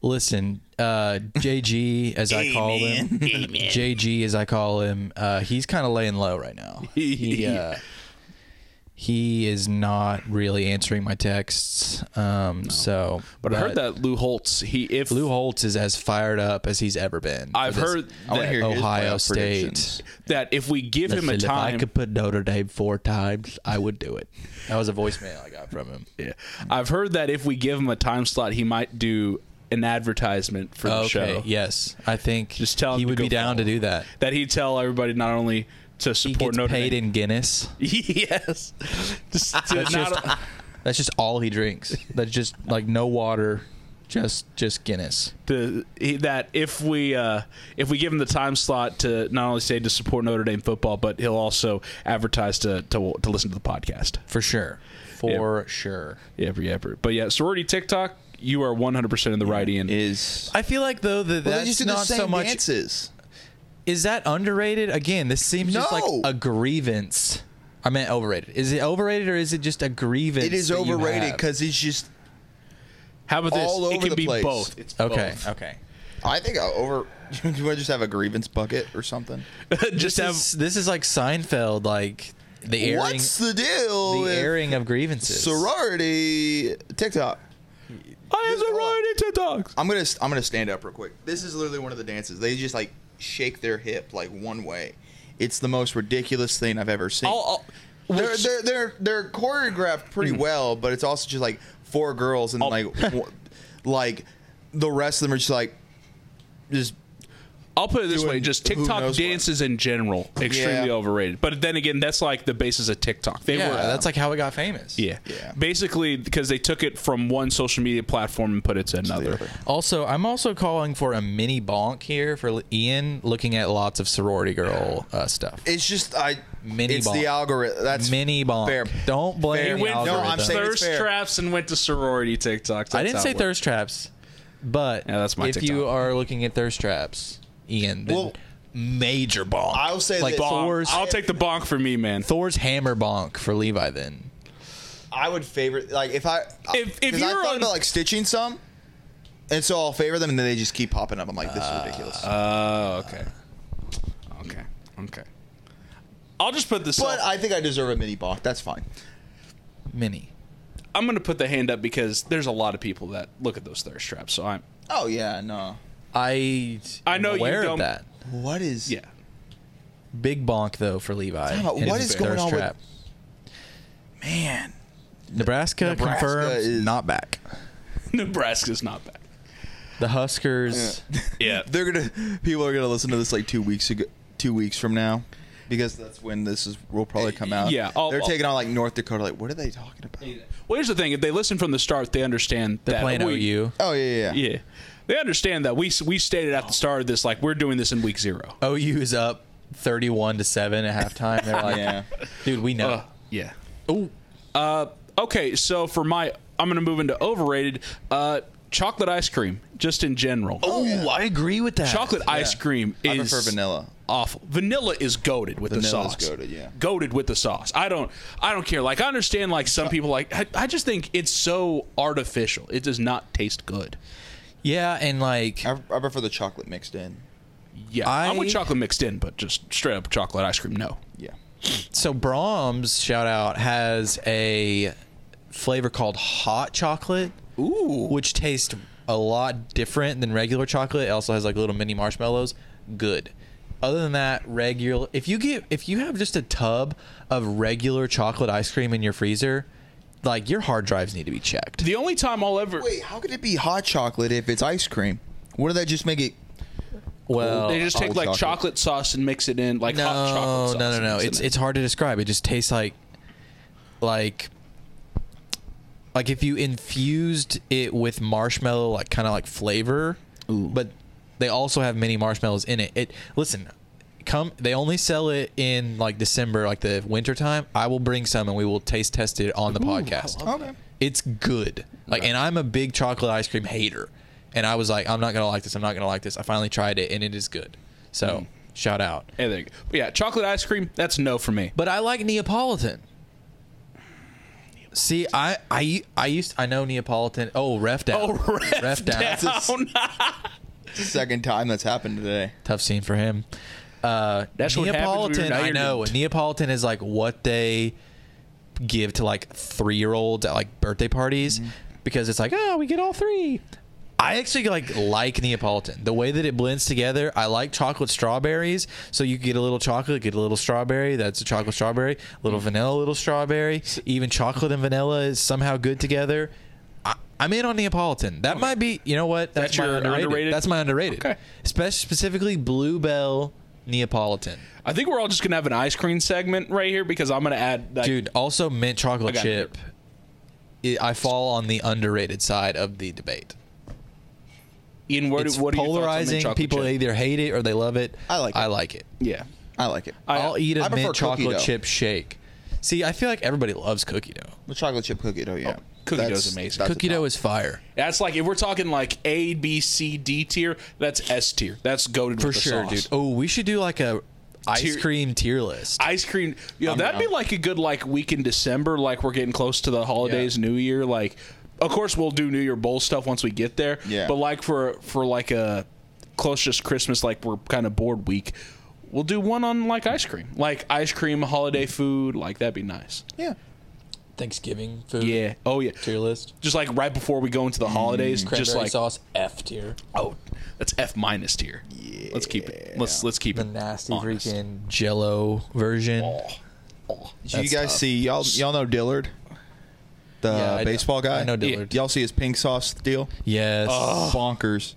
Listen, uh, JG, as I call him, JG, as I call him, uh, he's kind of laying low right now. He uh, he is not really answering my texts. Um, So,
But, I heard that Lou Holtz, he if
Lou Holtz is as fired up as he's ever been.
I've
for this-
heard
I want
that,
to hear his
Ohio
playoff
State.
predictions.
that if we give him
Listen,
a
If I
time,
could put Notre Dame four times, I would do it. That was a voicemail I got from him.
Yeah. I've heard that if we give him a time slot, he might do an advertisement for the show.
Yes, I think
Just tell him
he
to
would
go
be down to do that.
That he'd tell everybody not only to
He
support
gets
Notre
paid
Dame.
in Guinness.
yes. Just to
That's
not-
just, that's just all he drinks. That's just like no water, just just Guinness.
to- he- that if we uh, if we give him the time slot to not only say to support Notre Dame football, but he'll also advertise to to, to listen to the podcast.
For sure. For sure.
Yep, yep. But yeah, sorority TikTok, you are one hundred percent in the right end.
Is
I feel like though that
well, they just
that's
do the
not
same
so much.
dances.
Is that underrated? Again, this seems just like
No.
a grievance. I meant overrated. Is it overrated or is it just a grievance?
It is
that you
overrated
have?
because it's just.
How about this?
All
it
over
can
the
be
place.
both. It's
Okay.
both.
Okay.
I think I over. Do you want to just have a grievance bucket or something?
Just
this,
have
is, this is like Seinfeld, like the airing,
What's the
the
deal with
airing of grievances.
sorority TikTok?
I have
Just
sorority TikToks.
I'm gonna I'm gonna stand up real quick. This is literally one of the dances. They just like shake their hip like one way. It's the most ridiculous thing I've ever seen.
I'll, I'll,
they're,
which-
they're they're they're choreographed pretty
Mm.
well, but it's also just like four girls
Oh.
and like w- like the rest of them are just like just
I'll put it this
doing
way: just
who
TikTok
knows what.
dances in general extremely
Yeah.
overrated. But then again, that's like the basis of TikTok. They
Yeah,
were
that's like how it got famous.
yeah,
Yeah.
basically because they took it from one social media platform and put it to another.
Also, I'm also calling for a mini bonk here for Ian, looking at lots of sorority girl uh, stuff.
it's just I
Mini
it's
bonk.
the algorithm that's
mini bonk.
fair.
Don't blame
Fair.
the
He went-
no,
algorithm.
I'm saying it's
thirst
fair.
traps and went to sorority TikToks.
I
That's
didn't
how
say
it worked.
thirst traps, but
Yeah, that's my
if
TikTok.
you are looking at thirst traps, Ian, then
Well,
major bonk.
I'll say
like
this.
Bonk.
Thor's
Um, I'll take the bonk for me, man.
Thor's hammer bonk for Levi. Then
I would favor like if I
If- if
'cause I
you're
thought
on-
about like stitching some, and so I'll favor them, and then they just keep popping up. I'm like, this
Uh,
is ridiculous.
Oh, okay, okay, okay. I'll just put this.
but
up.
I think I deserve a mini bonk. That's fine.
mini.
I'm going to put the hand up because there's a lot of people that look at those thirst traps. So I'm.
Oh yeah, no.
I
I know
am
you
aware
don't-
of that.
What is
Yeah.
Big bonk though for Levi.
Time out,
and
what
his
is going
thirst
on with-
trap.
man?
Nebraska,
Nebraska
confirms
is-
not back.
Nebraska's not bad.
The Huskers.
Yeah.
They're gonna people are gonna listen to this like two weeks ago, two weeks from now, because that's when this is will probably come out.
Yeah, I'll-
they're
I'll-
taking on like North Dakota. Like, what are they talking about?
Well, here's the thing: if they listen from the start, they understand
They're
that
playing
we,
OU.
Oh yeah, yeah, yeah.
Yeah, they understand that we we stated at the start of this like we're doing this in week zero.
OU is up thirty-one to seven at halftime. They're like,
Yeah.
dude, we know.
Uh, yeah. Oh. Uh, okay, so for my, I'm gonna move into overrated. Uh, chocolate ice cream, just in general.
oh, I agree with that.
Chocolate ice cream
I
is
prefer vanilla.
Awful. Vanilla is goaded with
Vanilla's
the sauce.
goated, yeah.
Goaded with the sauce. I don't. I don't care. Like I understand. Like some people like. I, I just think it's so artificial. It does not taste good.
Yeah, and like
I, I prefer the chocolate mixed in.
Yeah,
I-
I'm with chocolate mixed in, but just straight up chocolate ice cream. No.
Yeah,
so Brahms shout out has a flavor called hot chocolate,
Ooh.
which tastes a lot different than regular chocolate. It also has like little mini marshmallows. Good. Other than that, regular. If you get if you have just a tub of regular chocolate ice cream in your freezer, like your hard drives need to be checked.
The only time I'll ever
Wait, how could it be hot chocolate if it's ice cream? Wouldn't that just make it?
Well,
they just take
cold
like chocolate.
chocolate.
sauce and mix it in like
Oh, no,
hot chocolate sauce.
no, no,
and
no.
mix it
It's
in.
it's hard to describe. It just tastes like, like, like if you infused it with marshmallow, like kind of like flavor. But they also have mini marshmallows in it. It listen, come. They only sell it in like December, like the winter time. I will bring some and we will taste test it on the podcast.
Okay.
It's good. Like, and I'm a big chocolate ice cream hater. And I was like, I'm not gonna like this. I'm not gonna like this. I finally tried it, and it is good. So, shout out.
Hey, there you go. But yeah, chocolate ice cream. That's no for me.
But I like Neapolitan. See, I I I used I know Neapolitan. Oh, ref down.
Oh, ref, down.
Second time that's happened today.
Tough scene for him. Uh,
That's what happens when you're
Neapolitan,
not
I
your
know.
nut.
Neapolitan is like what they give to like three year olds at like birthday parties
Mm-hmm.
because it's like, oh, we get all three. I actually like like Neapolitan. The way that it blends together, I like chocolate strawberries. So you get a little chocolate, get a little strawberry. That's a chocolate strawberry. A
Mm-hmm.
little vanilla, a little strawberry. Even chocolate and vanilla is somehow good together. I, I'm in on Neapolitan. That might be, you know what? That's,
That's
my
your
underrated.
underrated?
That's my underrated.
Okay.
Spe- specifically Bluebell Neapolitan.
I think we're all just gonna have an ice cream segment right here because I'm gonna add like,
Dude, also mint chocolate
I got it.
chip. I I fall on the underrated side of the debate.
Ian, what,
It's
what are your thoughts on mint
polarizing.
chocolate
People
chip?
either hate it or they love it.
I like it.
I like it.
yeah.
I like it.
I-
I'll eat a
I prefer
mint
cookie
chocolate
dough.
chip shake. See, I feel like everybody loves cookie dough.
the chocolate chip cookie dough, yeah.
Oh, cookie
That's-
dough's amazing.
that's a
cookie
top.
dough is fire.
That's like if we're talking like A, B, C, D tier, that's S tier. That's goaded
For sure, dude. Oh, we should do like a ice
Tier-
cream tier list.
Ice cream, yo, that'd be
down.
like a good like week in December. Like we're getting close to the holidays, New Year. Like, of course we'll do New Year bowl stuff once we get there.
Yeah.
But like for for like a close just Christmas, like we're kind of bored week. We'll do one on like ice cream, like ice cream holiday food. Like that'd be nice.
Yeah.
Thanksgiving food
Mm-hmm.
Yeah. Oh yeah.
tier list.
Just like right before we go into the holidays,
Mm-hmm.
Cranberry
just like
sauce F tier.
oh, that's F minus tier. Yeah. Let's keep it. Let's let's keep
The
it
nasty
honest.
freaking
Jello version.
Did
Oh,
you guys see y'all y'all know Dillard? The
Yeah, I know-
baseball guy?
I know Dillard.
Y'all see his pink sauce deal?
Yes.
Bonkers.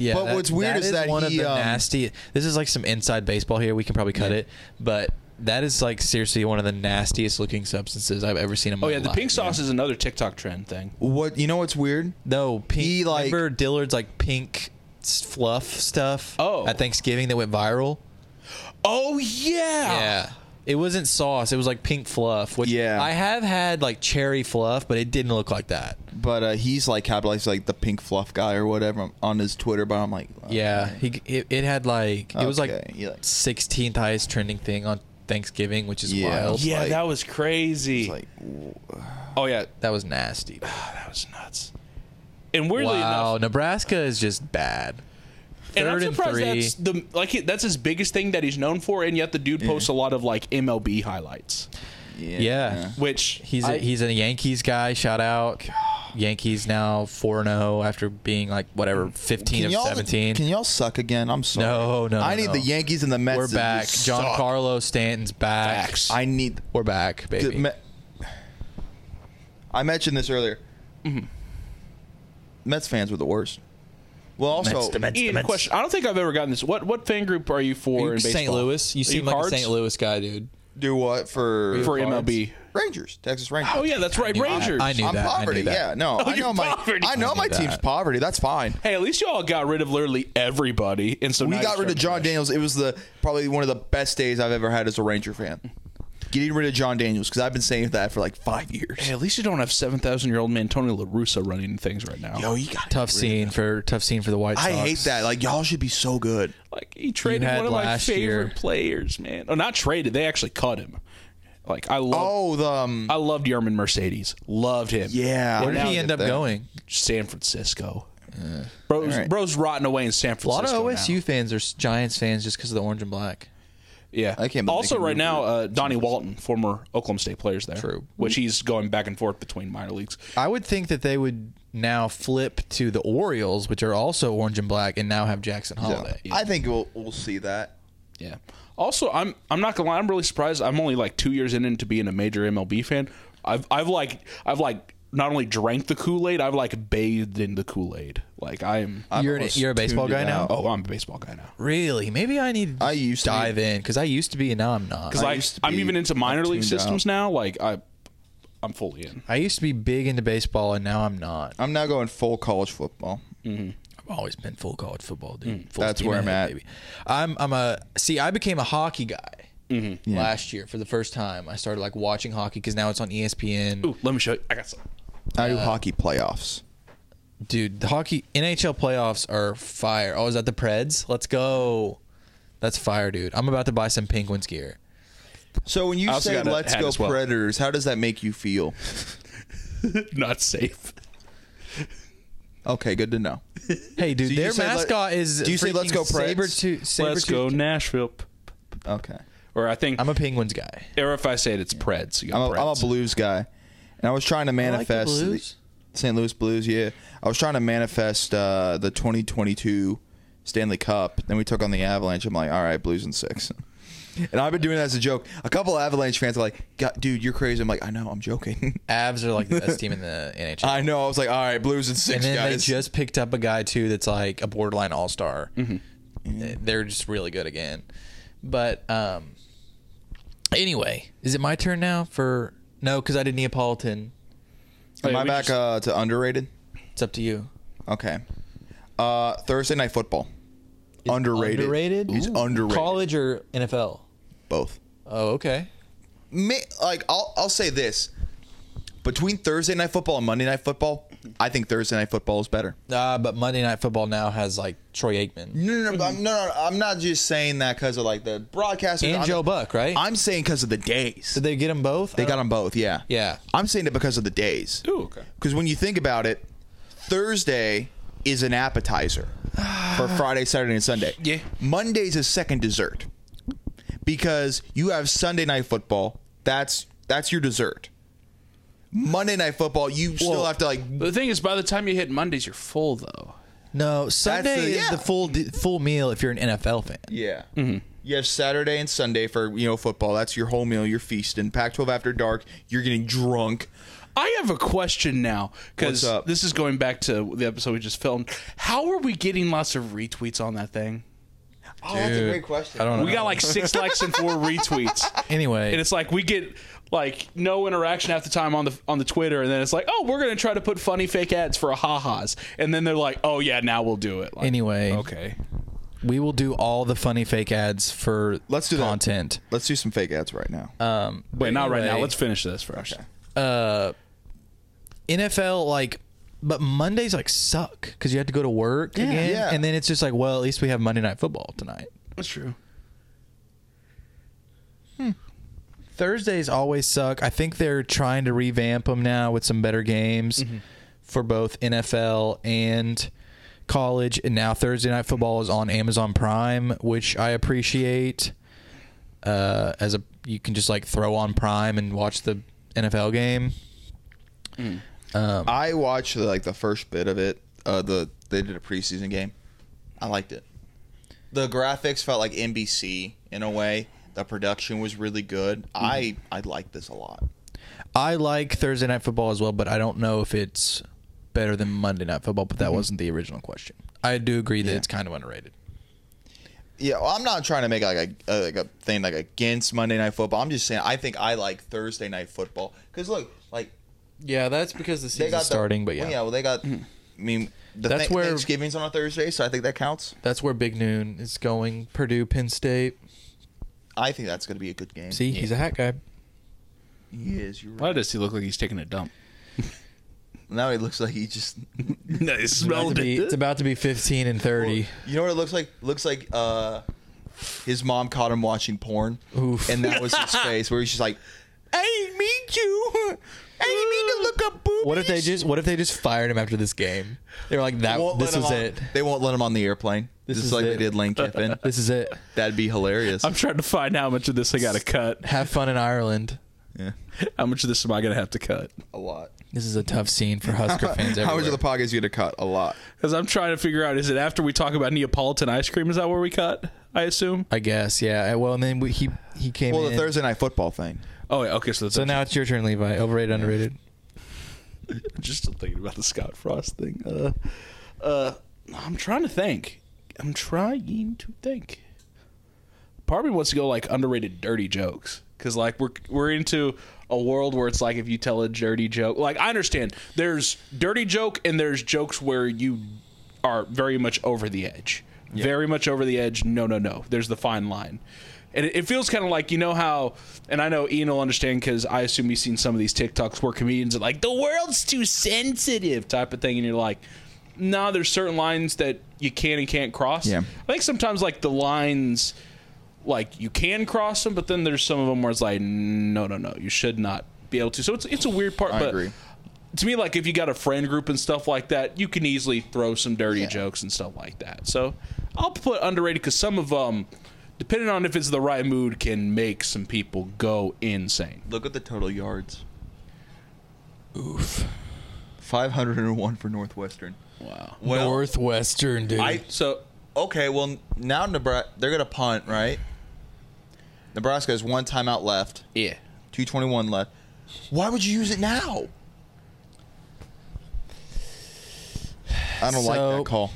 Yeah,
But what's weird is
is
that
one
he,
of the
um,
nasty. This is like some inside baseball here. We can probably cut it, but that is like seriously one of the nastiest looking substances I've ever seen in my
Oh
life.
yeah, the pink sauce is another TikTok trend thing.
What you know what's weird?
No, pink.
He, like-
remember Dillard's like pink s- fluff stuff.
Oh.
at Thanksgiving that went viral.
Oh yeah.
Yeah. It wasn't sauce. It was like pink fluff. Which
Yeah.
I have had like cherry fluff, but it didn't look like that.
But uh, he's like capitalized like the pink fluff guy or whatever on his Twitter, but I'm like uh,
Yeah, he it, it had like it was
Okay, yeah.
like sixteenth highest trending thing on Thanksgiving, which is
Yeah.
wild.
Yeah,
like-
that was crazy.
it's like
oh yeah, Ah,
That was nasty.
that was nuts. And weirdly
wow,
enough,
Nebraska is just bad. Third
and I'm
and
surprised
three.
that's the like he- that's his biggest thing that he's known for, and yet the dude posts a lot of like MLB highlights,
yeah.
yeah.
which
He's a
I-
he's a Yankees guy. Shout out. Yankees now 4 0 after being like whatever 15
Can
of
y'all,
17.
can y'all suck again? I'm sorry.
No, no,
I need
no.
the Yankees and the Mets.
We're
to
back.
just
John
suck.
Carlos Stanton's back.
Facts.
I need
We're back,
the
baby.
Me- I mentioned this earlier. Mm-hmm. Mets fans were the worst. Well, also
Ian, question. I don't think I've ever gotten this. What what fan group are you for in baseball?
St. Louis. You
Are
seem like
cards?
a St. Louis guy, dude.
do what for
for
cards?
MLB.
Rangers, Texas Rangers.
Oh yeah, that's right, Rangers.
I knew
I'm
that. I knew
poverty.
that.
Yeah, no, I
you're
know my
poverty.
I know
I knew
my team's
that.
poverty. That's fine.
Hey, at least y'all got rid of literally everybody, and so
we
now
got
you're
rid
starting
of John
fresh.
Daniels. It was the probably one of the best days I've ever had as a Ranger fan. Getting rid of John Daniels because I've been saying that for like five years.
Hey, at least you don't have seven thousand year old Antonio Larusa running things right now.
Yo, you got
Tough scene for tough scene for the White Sox.
I hate that. Like y'all should be so good.
Like he traded
had
one of my
last
favorite
year.
players, man. Oh, not traded. They actually cut him. Like I love,
Oh, the um,
I loved Yerman Mercedes. Loved him.
yeah.
Where did
Now
he
I
end
get
up
that.
going?
San Francisco. Bro's,
All right.
bro's rotting away in San
A lot
Francisco.
of
now.
OSU fans are s- Giants fans just because of the orange and black.
Yeah.
I can't believe they
also,
can
right
move
now, uh, Donnie Walton, former Oklahoma State players there.
True.
Which he's going back and forth between minor leagues.
I would think that they would now flip to the Orioles, which are also orange and black, and now have Jackson Holiday.
I think we'll we'll see that.
Yeah. Also, I'm I'm not gonna lie. I'm really surprised. I'm only like two years in into being a major MLB fan. I've I've like I've like not only drank the Kool Aid, I've like bathed in the Kool Aid. Like I'm.
You're an,
almost
you're a baseball
tuned
guy
it
now.
out.
oh, I'm a baseball guy now.
Really? Maybe I need to
I used to
dive in because I used to be and now I'm not.
Because
I
like
used to
I'm
be
even into minor league
tuned out.
systems now. Like I, I'm fully in.
I used to be big into baseball and now I'm not.
I'm now going full college football.
I've always been full college football, dude. Full
That's
steam
where I'm
ahead,
at.
I'm I'm a see. I became a hockey guy last year for the first time. I started like watching hockey because now it's on E ESPN.
Ooh, let me show you. I got some.
I do hockey playoffs.
Dude, the hockey NHL playoffs are fire. Oh, is that the Preds? Let's go. That's fire, dude. I'm about to buy some Penguins gear.
So when you
I also
say
got a
"Let's
hat
go
as well.
Predators," how does that make you feel?
Not safe.
Okay, good to know.
Hey, dude,
Do you
their
say let-
mascot is.
do you say let's
freaking
go Preds?
Sabertooth-
Let's go
Sabertooth-
Nashville.
Okay,
Or I think,
I'm a Penguins guy.
or if I say it, it's Preds. You
I'm
got
a, I'm a
Preds.
blues guy, and I was trying to
like the
manifest
Blues.
St. Louis Blues. Yeah, I was trying to manifest uh, the 2022 Stanley Cup. Then we took on the Avalanche. I'm like, all right, Blues and six. And I've been doing that as a joke. A couple Avalanche fans are like, God, "Dude, you're crazy." I'm like, "I know, I'm joking."
Avs are like the best team in the NHL.
I know. I was like, "All right, Blues and six
and then
guys."
they just picked up a guy too that's like a borderline all star. They're just really good again. But um, anyway, is it my turn now for no? Because I did Neapolitan.
Am
Hey,
I
we
back
just-
uh, to underrated?
It's up to you.
Okay. Uh, Thursday night football. underrated.
Underrated.
He's underrated.
College or NFL?
Both.
Oh, okay.
May, like I'll I'll say this. Between Thursday night football and Monday night football, I think Thursday night football is better.
Uh, but Monday Night Football now has like Troy Aikman
No, no, no, I'm, no, no. I'm not just saying that because of like the broadcast
and Joe Buck, right?
I'm saying because of the days.
Did they get them both?
They got them both. Yeah.
Yeah.
I'm saying it because of the days.
Ooh, okay.
Because when you think about it, Thursday is an appetizer for Friday, Saturday, and Sunday.
Yeah.
Monday's a second dessert because you have Sunday night football. That's that's your dessert. Monday night football, you still
Well,
have to like.
The thing is, by the time you hit Mondays, you're full though.
No, Sunday
the-
is
yeah.
the full d- full meal if you're an NFL fan.
Yeah.
Mm-hmm.
You have Saturday and Sunday for you know football. That's your whole meal. You're feasting. Pac-12 after dark. You're getting drunk.
I have a question now because
What's up?
this is going back to the episode we just filmed. How are we getting lots of retweets on that thing?
Oh, that's a great question.
I don't know.
We got like six likes and four retweets,
anyway.
and it's like we get like no interaction half the time on the on the Twitter, and then it's like, oh, we're gonna try to put funny fake ads for a ha-has, and then they're like, oh yeah, now we'll do it. Like,
Anyway,
okay,
we will do all the funny fake ads for
Let's do that.
content.
Let's do some fake ads right now.
Um,
wait, not right now.
anyway,
Let's finish this first.
uh, NFL like, but Mondays like suck because you have to go to work again,
yeah.
and then it's just like, well, at least we have Monday Night Football tonight.
That's true.
Thursdays always suck. I think they're trying to revamp them now with some better games
Mm-hmm.
for both NFL and college. And now Thursday Night Football is on Amazon Prime, which I appreciate. Uh, as a you can just like throw on Prime and watch the NFL game.
I watched like the first bit of it. Uh, the they did a preseason game. I liked it. The graphics felt like NBC in a way. The production was really good. I I liked this a lot.
I like Thursday Night Football as well, but I don't know if it's better than Monday Night Football. But that
Mm-hmm.
wasn't the original question. I do agree that it's kind of underrated.
Yeah, well, I'm not trying to make like a, a like a thing like against Monday Night Football. I'm just saying I think I like Thursday Night Football because look, like
Yeah, that's because the
they
season
got the-
starting, but yeah.
well, yeah, Mm. well, they got. I mean, the
That's
Thank-
where-
Thanksgiving's on a Thursday, so I think that counts.
That's where Big Noon is going. Purdue, Penn State.
I think that's going to be a good game.
See, he's a hat guy.
he is. You're
Why
right.
does he look like he's taking a dump?
Now he looks like he just
No, it
About
smelled
to be-
it.
it's about to be 15 and 30.
You know what it looks like? Looks like uh, his mom caught him watching porn,
Oof.
and that was his face where he's just like, "I didn't mean to. I didn't mean to look up boobies."
What if they just What if they just fired him after this game? They were like, "That
Won't let
this
him
was
on-
it.
They won't let him on the airplane. This
is
is like
it.
they did Lane Kiffin.
This is it.
That'd be hilarious.
I'm trying to find how much of this I got to cut.
Have fun in Ireland."
yeah,
How much of this am I going to have to cut?
a lot.
This is a tough scene for Husker fans. Everywhere.
How much of the podcast you gonna cut? A lot.
Because I'm trying to figure out is it after we talk about Neapolitan ice cream? Is that where we cut? I assume.
I guess, yeah. Well, and then we, he he came.
Well, the
in.
Thursday night football thing.
Oh, yeah, okay. So, that's
So now it's your turn, Levi. Overrated, underrated.
I'm just still thinking about the Scott Frost thing. Uh, uh, I'm trying to think. I'm trying to think. Part of me wants to go like underrated dirty jokes because like we're we're into a world where it's like if you tell a dirty joke, like I understand there's dirty joke and there's jokes where you are very much over the edge, very much over the edge. No, no, no. There's the fine line. And it, it feels kind of like you know how, and I know Ian will understand because I assume you've seen some of these TikToks where comedians are like, "The world's too sensitive" type of thing, and you're like, "Nah, there's certain lines that you can and can't cross."
Yeah.
I think sometimes like the lines like you can cross them, but then there's some of them where it's like, no, no, no, you should not be able to. So it's it's a weird part.
I
but
agree.
To me, like if you got a friend group and stuff like that, you can easily throw some dirty jokes and stuff like that. So I'll put underrated because some of them, depending on if it's the right mood, can make some people go insane.
Look at the total yards. Oof. 501 for Northwestern.
Wow.
Well,
Northwestern, dude.
I
So
okay. Well, now Nebraska they're gonna punt, right? Nebraska has one timeout left,
yeah,
two twenty one left. Why would you use it now? I don't like
So-
that call.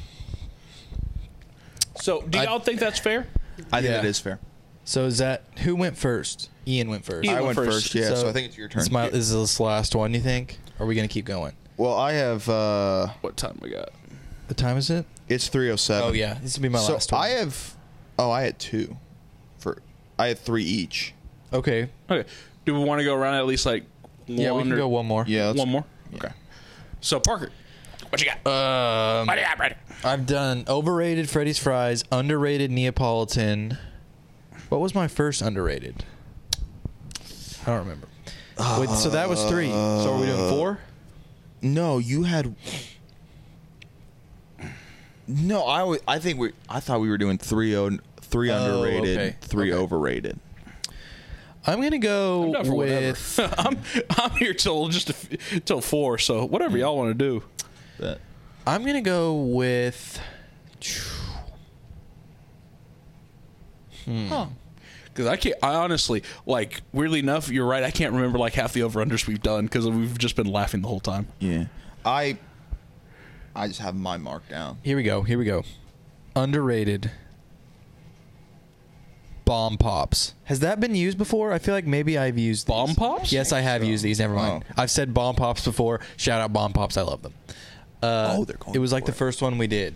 so do
I-
y'all think that's fair?
I think
Yeah.
it is fair.
so is that who went first? Ian went first.
Ian
I
went
went
first.
first, yeah. So, I think it's your turn.
It's my, is this the last one? You think? Or are we gonna keep going?
well, I have. uh
What time we got?
What time is it?
It's three oh seven.
Oh yeah, this will be my
so
last one.
I have. Oh, I had two. For I had three each.
okay.
Okay. Do we want to go around at least like one
Yeah, we can
or
go one more.
Yeah. let's-
one more?
Okay.
So Parker, what you got?
Um,
what you got, Brandon?
I've done overrated Freddy's fries, underrated Neapolitan. What was my first underrated? I don't remember. Wait, so that was three. So are we doing four?
No, you had. No, I wa- I think we I thought we were doing three o three
Oh,
underrated,
okay.
three overrated.
I'm gonna go
Not for
with.
whatever. I'm I'm here till just a f till four. So whatever y'all want to do.
But
I'm gonna go with.
Because I can't. I honestly like. Weirdly enough, you're right. I can't remember like half the over unders we've done because we've just been laughing the whole time.
yeah, I I just have my mark down.
Here we go. Here we go. Underrated. Bomb pops. Has that been used before? I feel like maybe I've used these.
Bomb pops?
Yes, I have used these. Never mind.
Oh.
I've said bomb pops before. Shout out bomb pops. I love them. Uh,
Oh, they're going
It was like
for
the
it.
first one we did.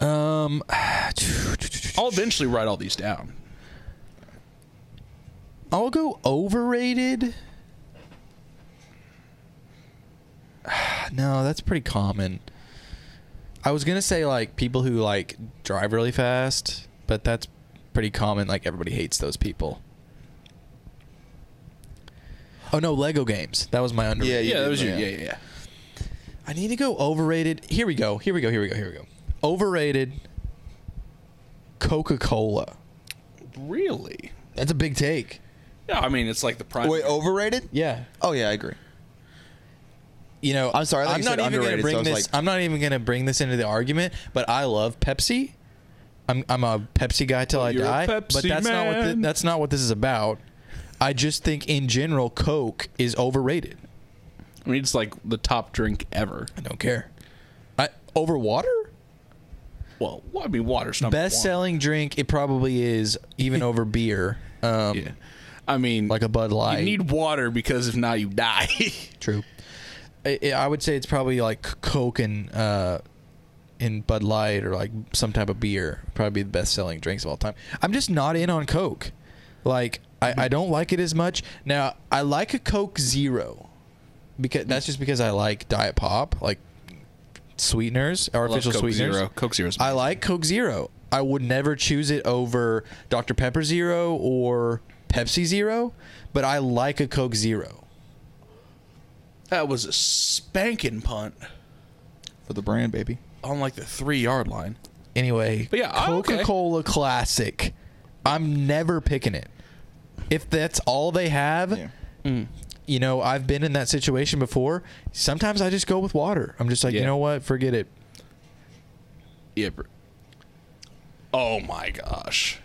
Um,
I'll eventually write all these down.
I'll go overrated. no, that's pretty common. I was gonna say like people who like drive really fast, but that's pretty common. Like everybody hates those people. Oh no, Lego games. That was my under.
Yeah, you
Yeah, that
did,
was you.
yeah.
Yeah, yeah, yeah.
I need to go overrated. Here we go. Here we go. Here we go. Here we go. Overrated. Coca Cola.
Really?
That's a big take.
Yeah. I mean, it's like the prime.
Wait, overrated?
Yeah.
Oh yeah, I agree.
you know,
I'm sorry, I thought
I'm
you
not
said
even going to
underrated, so
bring
I was
this.
like-
I'm not even going to bring this into the argument. But I love Pepsi. I'm I'm a Pepsi guy till I
Oh, You're a
die. but
Pepsi
that's not what
man.
thi- that's not what this is about. I just think in general, Coke is overrated.
I mean, it's like the top drink ever.
I don't care. I over water.
Well, I mean, water's number
Best
one.
selling drink. It probably is even over beer. Um,
Yeah. I mean,
like a Bud Light.
you need water because if not, you die.
True. I, I- I would say it's probably like Coke and uh, and Bud Light or like some type of beer. Probably the best selling drinks of all time. I'm just not in on Coke. Like I, I don't like it as much. Now I like a Coke Zero because that's just because I like Diet Pop, like sweeteners, artificial
Coke
sweeteners.
Zero. Coke Zero's
I like Coke Zero. I would never choose it over Dr Pepper Zero or Pepsi Zero, but I like a Coke Zero.
That was a spanking punt
For the brand, baby.
on like the three yard line.
Anyway,
But yeah, I- okay.
Coca Cola Classic. I'm never picking it. If that's all they have,
Yeah.
you know, I've been in that situation before. Sometimes I just go with water. I'm just like,
Yeah.
you know what? Forget it.
Yeah. br- Oh my gosh.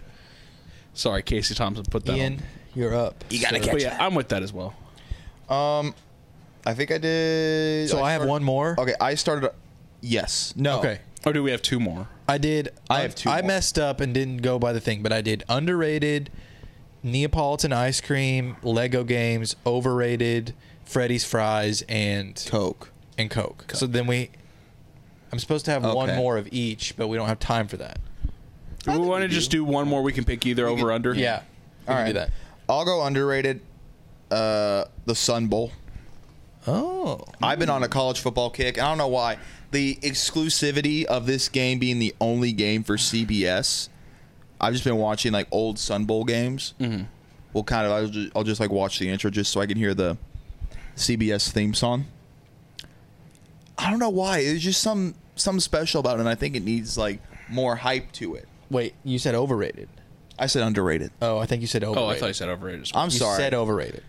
Sorry, Casey Thompson put that
Ian,
on.
you're up.
You gotta catch. But yeah, I'm with that as well.
Um, I think I did.
So I have
started-
one more?
Okay, I started. Yes. No.
Okay.
Or do we have two more?
I did.
I have two
I
more.
messed up and didn't go by the thing, but I did underrated Neapolitan ice cream, Lego games, overrated Freddy's fries, and
Coke.
and Coke. So then we, I'm supposed to have one
Okay.
more of each, but we don't have time for that.
Do we want to just do one more? We can pick either over under.
Yeah.
All right.
Do that.
I'll go underrated. Uh, the Sun Bowl.
Oh.
I've been on a college football kick. and I don't know why. The exclusivity of this game being the only game for CBS I've just been watching like old Sun Bowl games. Mm-hmm. Well, kind of. I'll just, I'll just like watch the intro just so I can hear the CBS theme song. I don't know why. There's just some something special about it, and I think it needs like more hype to it.
Wait, you said overrated.
I said underrated.
Oh, I think you said overrated.
Oh, I thought you said overrated. as well.
I'm
You
sorry.
said overrated.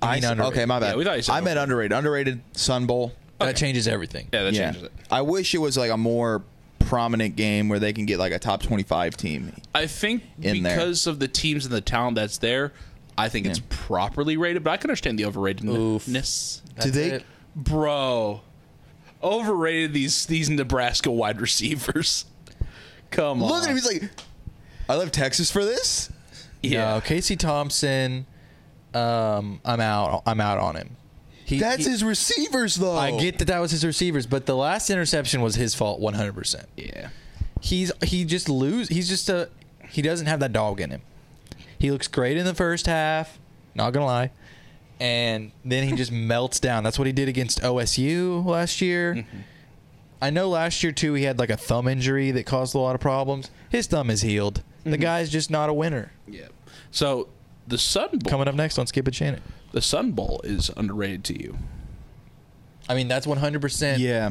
I
mean
said-
underrated.
Okay, my bad.
Yeah, we thought you said
I meant underrated. Underrated Sun Bowl.
That changes everything.
yeah, that
yeah.
changes it.
I wish it was like a more prominent game where they can get like a top 25 team.
I think
In there.
because of the teams and the talent that's there, I think it's properly rated. But I can understand the overratedness.
Do they?
it.
Bro, overrated these these Nebraska wide receivers. Come on,
Look at him. He's like, I left Texas for this.
yeah.
No, Casey Thompson. Um, I'm out. I'm out on him. He,
That's
he-
his receivers, though.
I get that that was his receivers, but the last interception was his fault 100%.
yeah.
He's he just lose. He's just a he doesn't have that dog in him. He looks great in the first half, not going to lie. And then he just melts down. That's what he did against OSU last year. I know last year too he had like a thumb injury that caused a lot of problems. His thumb is healed. The guy's just not a winner.
Yeah. So the Sun Bowl,
Coming up next on Skip and Shannon.
the Sun Bowl is underrated to you.
I mean, that's 100%
Yeah.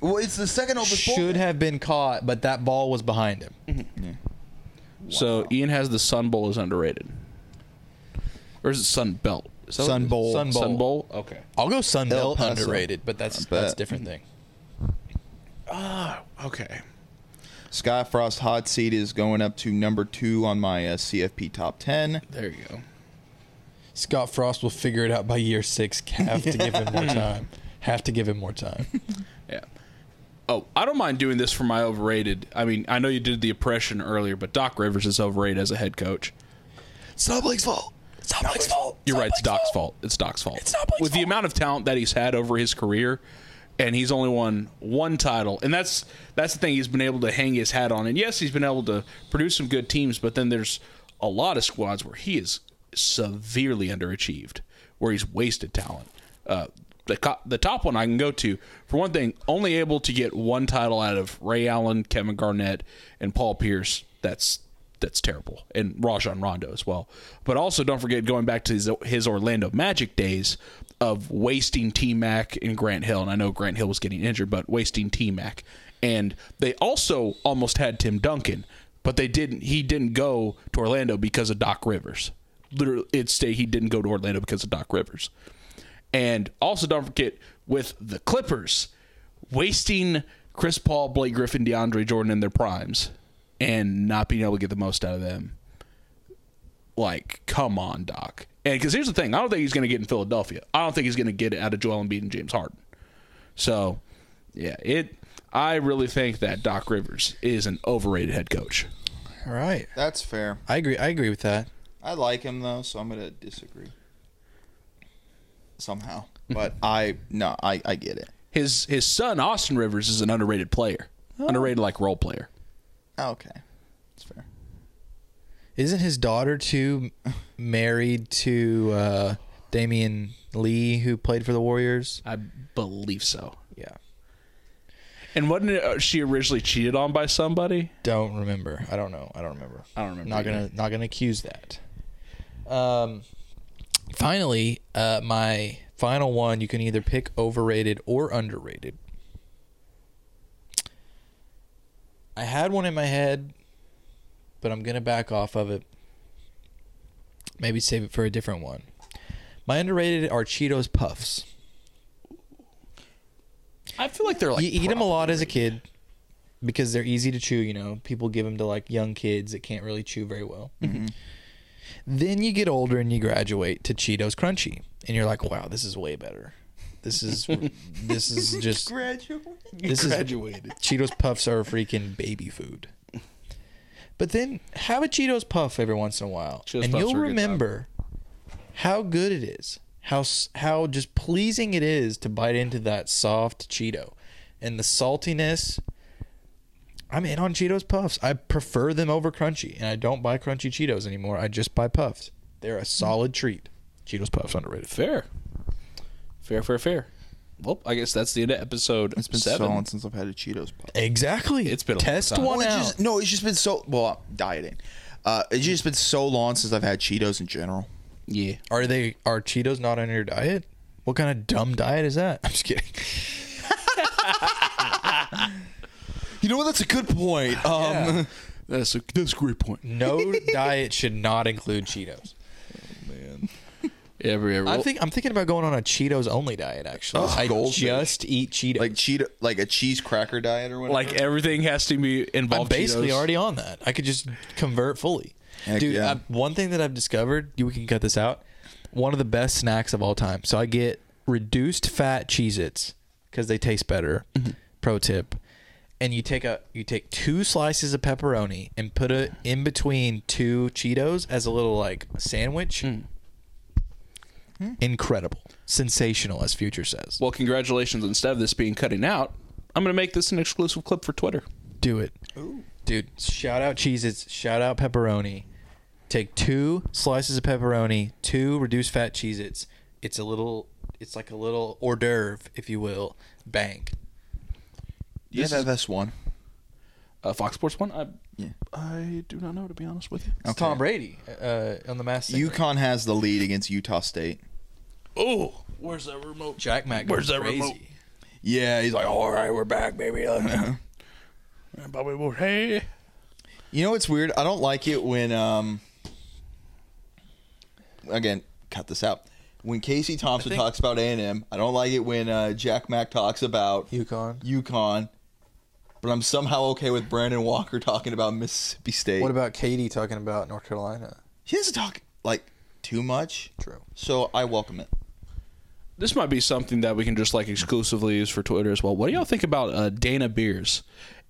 Well, it's the second oldest bowl.
should have been caught, but that ball was behind him.
So Ian has the Sun Bowl is underrated, or is it Sun Belt? Is that what
Sun
it is?
Bowl.
Sun Bowl.
Sun Bowl. Okay.
I'll go Sun
El
Belt
Paso.
underrated, but that's
bet.
that's a different thing.
Okay.
Sky Frost Hot Seat is going up to number two on my uh, CFP top 10.
There you go.
Scott Frost will figure it out by year six. Have to give him more time. Have to give him more time.
Yeah. Oh, I don't mind doing this for my overrated. I mean, I know you did the oppression earlier, but Doc Rivers is overrated as a head coach.
It's not Blake's fault. It's not Blake's fault.
You're right. It's Doc's fault. It's Doc's fault. It's
not Blake's
With the
fault.
amount of talent that he's had over his career, and he's only won one title, and that's that's the thing he's been able to hang his hat on. And yes, he's been able to produce some good teams, but then there's a lot of squads where he is severely underachieved, where he's wasted talent. Uh, the co- the top one I can go to for one thing, only able to get one title out of Ray Allen, Kevin Garnett, and Paul Pierce. That's that's terrible, and Rajon Rondo as well. But also, don't forget going back to his, his Orlando Magic days of wasting T Mac and Grant Hill. And I know Grant Hill was getting injured, but wasting T Mac. And they also almost had Tim Duncan, but they didn't. He didn't go to Orlando because of Doc Rivers. Literally, it's he didn't go to Orlando because of Doc Rivers. And also, don't forget with the Clippers, wasting Chris Paul, Blake Griffin, DeAndre Jordan in their primes and not being able to get the most out of them. Like, come on, Doc. And because here's the thing I don't think he's going to get in Philadelphia. I don't think he's going to get it out of Joel Embiid and James Harden. So, yeah, it. I really think that Doc Rivers is an overrated head coach.
All right,
That's fair.
I agree. I agree with that.
I like him, though, so I'm going to disagree. Somehow. But I, no, I, I get it.
His his son Austin Rivers is an underrated player, underrated like role player.
Okay. That's fair.
Isn't his daughter too married to uh, Damian Lee, who played for the Warriors?
I believe so.
Yeah,
And wasn't it, uh, she originally cheated on by somebody?
don't remember. I don't know. I don't remember.
I don't remember
Not gonna not gonna accuse that. Um, finally, uh, my final one. You can either pick overrated or underrated. I had one in my head, but I'm gonna back off of it. Maybe save it for a different one. My underrated are Cheetos Puffs.
I feel like they're like
you eat them a lot as a kid because they're easy to chew. You know, people give them to like young kids that can't really chew very well.
Mm-hmm.
Then you get older and you graduate to Cheetos Crunchy, and you're like, wow, this is way better. This is this is just this graduated. Is, Cheetos Puffs are freaking baby food. But then have a Cheetos Puff every once in a while,
Cheetos
and
Puffs
you'll
are a good time.
remember how good it is, how s- how just pleasing it is to bite into that soft Cheeto, and the saltiness. I'm in on Cheetos Puffs. I prefer them over crunchy, and I don't buy crunchy Cheetos anymore. I just buy Puffs. They're a solid treat. Cheetos Puffs underrated.
Fair, fair, fair, fair. Well, I guess that's the end of episode
It's been
seven.
so long since I've had a Cheetos puff.
Exactly.
It's been a long
test
time.
one
Well, it's
out.
just, no, it's just been so well I'm dieting, Uh, it's just been so long since I've had Cheetos in general.
Yeah.
Are they are Cheetos not on your diet? What kind of dumb diet is that? I'm just kidding.
You know what? That's a good point. Um,
That's a that's a great point.
No diet should not include Cheetos.
Every every.
I think I'm thinking about going on a Cheetos only diet actually.
Oh,
I
goldfish.
just eat Cheetos.
Like Cheeto, like a cheese cracker diet or whatever.
like everything has to be
I'm
involved.
basically
Cheetos.
already on that. I could just convert fully.
Heck
Dude,
yeah.
I- one thing that I've discovered, you we can cut this out. One of the best snacks of all time. So I get reduced fat Cheez-Its cuz they taste better. Pro tip. And you take a you take two slices of pepperoni and put it in between two Cheetos as a little like sandwich. Incredible. Sensational as Future says.
Well, congratulations. Instead of this being cutting out, I'm going to make this an exclusive clip for Twitter.
Do it. Dude, shout out cheeses, shout out pepperoni. Take two slices of pepperoni, two reduced fat Cheez Its. It's a little it's like a little hors d'oeuvre, if you will. Bang.
yeah, that, that's one.
Uh, Fox Sports One. I
Yeah.
I do not know to be honest with you.
It's Tom Brady uh, on the mass.
UConn has the lead against Utah State.
Oh, where's that remote?
Jack Mack.
Where's that remote?
Yeah, he's like, all right, we're back, baby.
Bobby Moore. Hey.
You know what's weird? I don't like it when um again, cut this out. When Casey Thompson
think-
talks about A and M, I don't like it when uh, Jack Mack talks about
UConn.
UConn. But I'm somehow okay with Brandon Walker talking about Mississippi State.
What about Katie talking about North Carolina?
he doesn't talk like too much,
True.
so I welcome it.
This might be something that we can just like exclusively use for Twitter as well. What do y'all think about uh, Dana Beers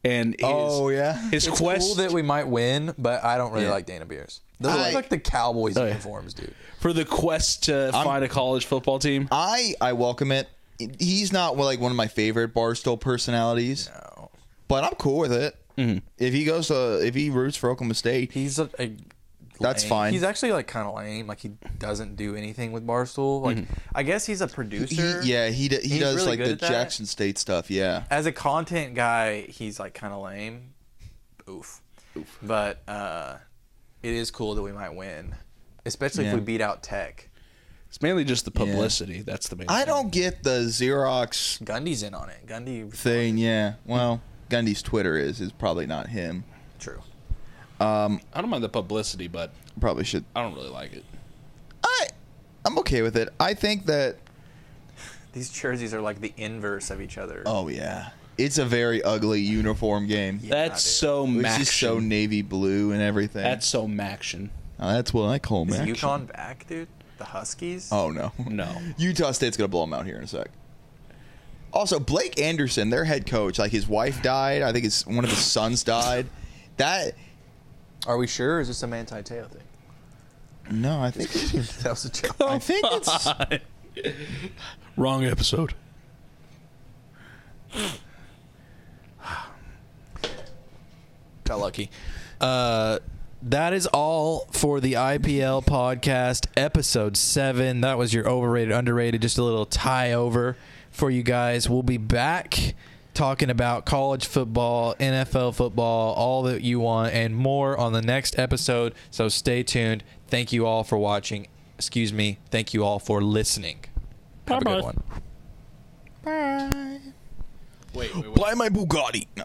and his,
Oh, yeah.
his quest
we might win, but I don't really
Yeah. like
Dana Beers. Those
look I- like
the Cowboys
Oh, yeah.
uniforms, dude.
for the quest to find a college football team?
I I welcome it. He's not like one of my favorite Barstool personalities,
No.
but I'm cool with it.
Mm-hmm.
If he goes to if he roots for Oklahoma State,
He's a, a
That's
lame-
fine.
He's actually like kind of lame. Like he doesn't do anything with Barstool. Like I guess he's a producer.
Mm-hmm. He, yeah, he d- he
He's
does
really
like
good
the
at that.
Jackson State stuff. Yeah,
As a content guy, he's like kind of lame. Oof. Oof. But uh, it is cool that we might win, especially
Yeah.
if we beat out Tech.
It's mainly just the publicity. That's the main.
I
thing.
don't get the Xerox
Gundy's in on it. Gundy.
thing. Yeah, well, Gundy's Twitter is is probably not him.
True.
I don't mind the publicity, but
Probably should.
I don't really like it.
I I'm okay with it. I think that.
These jerseys are like the inverse of each other.
Oh yeah, it's a very ugly uniform game.
Yeah.
That's
dude.
so
It's
maction.
just so navy blue and everything.
That's so maction.
Now, that's what I call
is
maction.
UConn back, dude? The Huskies.
Oh no,
No.
Utah State's gonna blow him out here in a sec. Also, Blake Anderson, their head coach, like his wife died. I think his one of his sons died. That
Are we sure? Or is this a Manti Te'o thing?
no, I think
That was a joke.
I think it's
Wrong episode.
got lucky. Uh, that is all for the IPL podcast episode seven. That was your overrated, underrated, just a little tie over for you guys. We'll be back talking about college football, NFL football, all that you want, and more on the next episode. So stay tuned. Thank you all for watching. Excuse me. Thank you all for listening. Have a
Bye-bye.
good one.
Wait, wait, wait.
buy my Bugatti. No.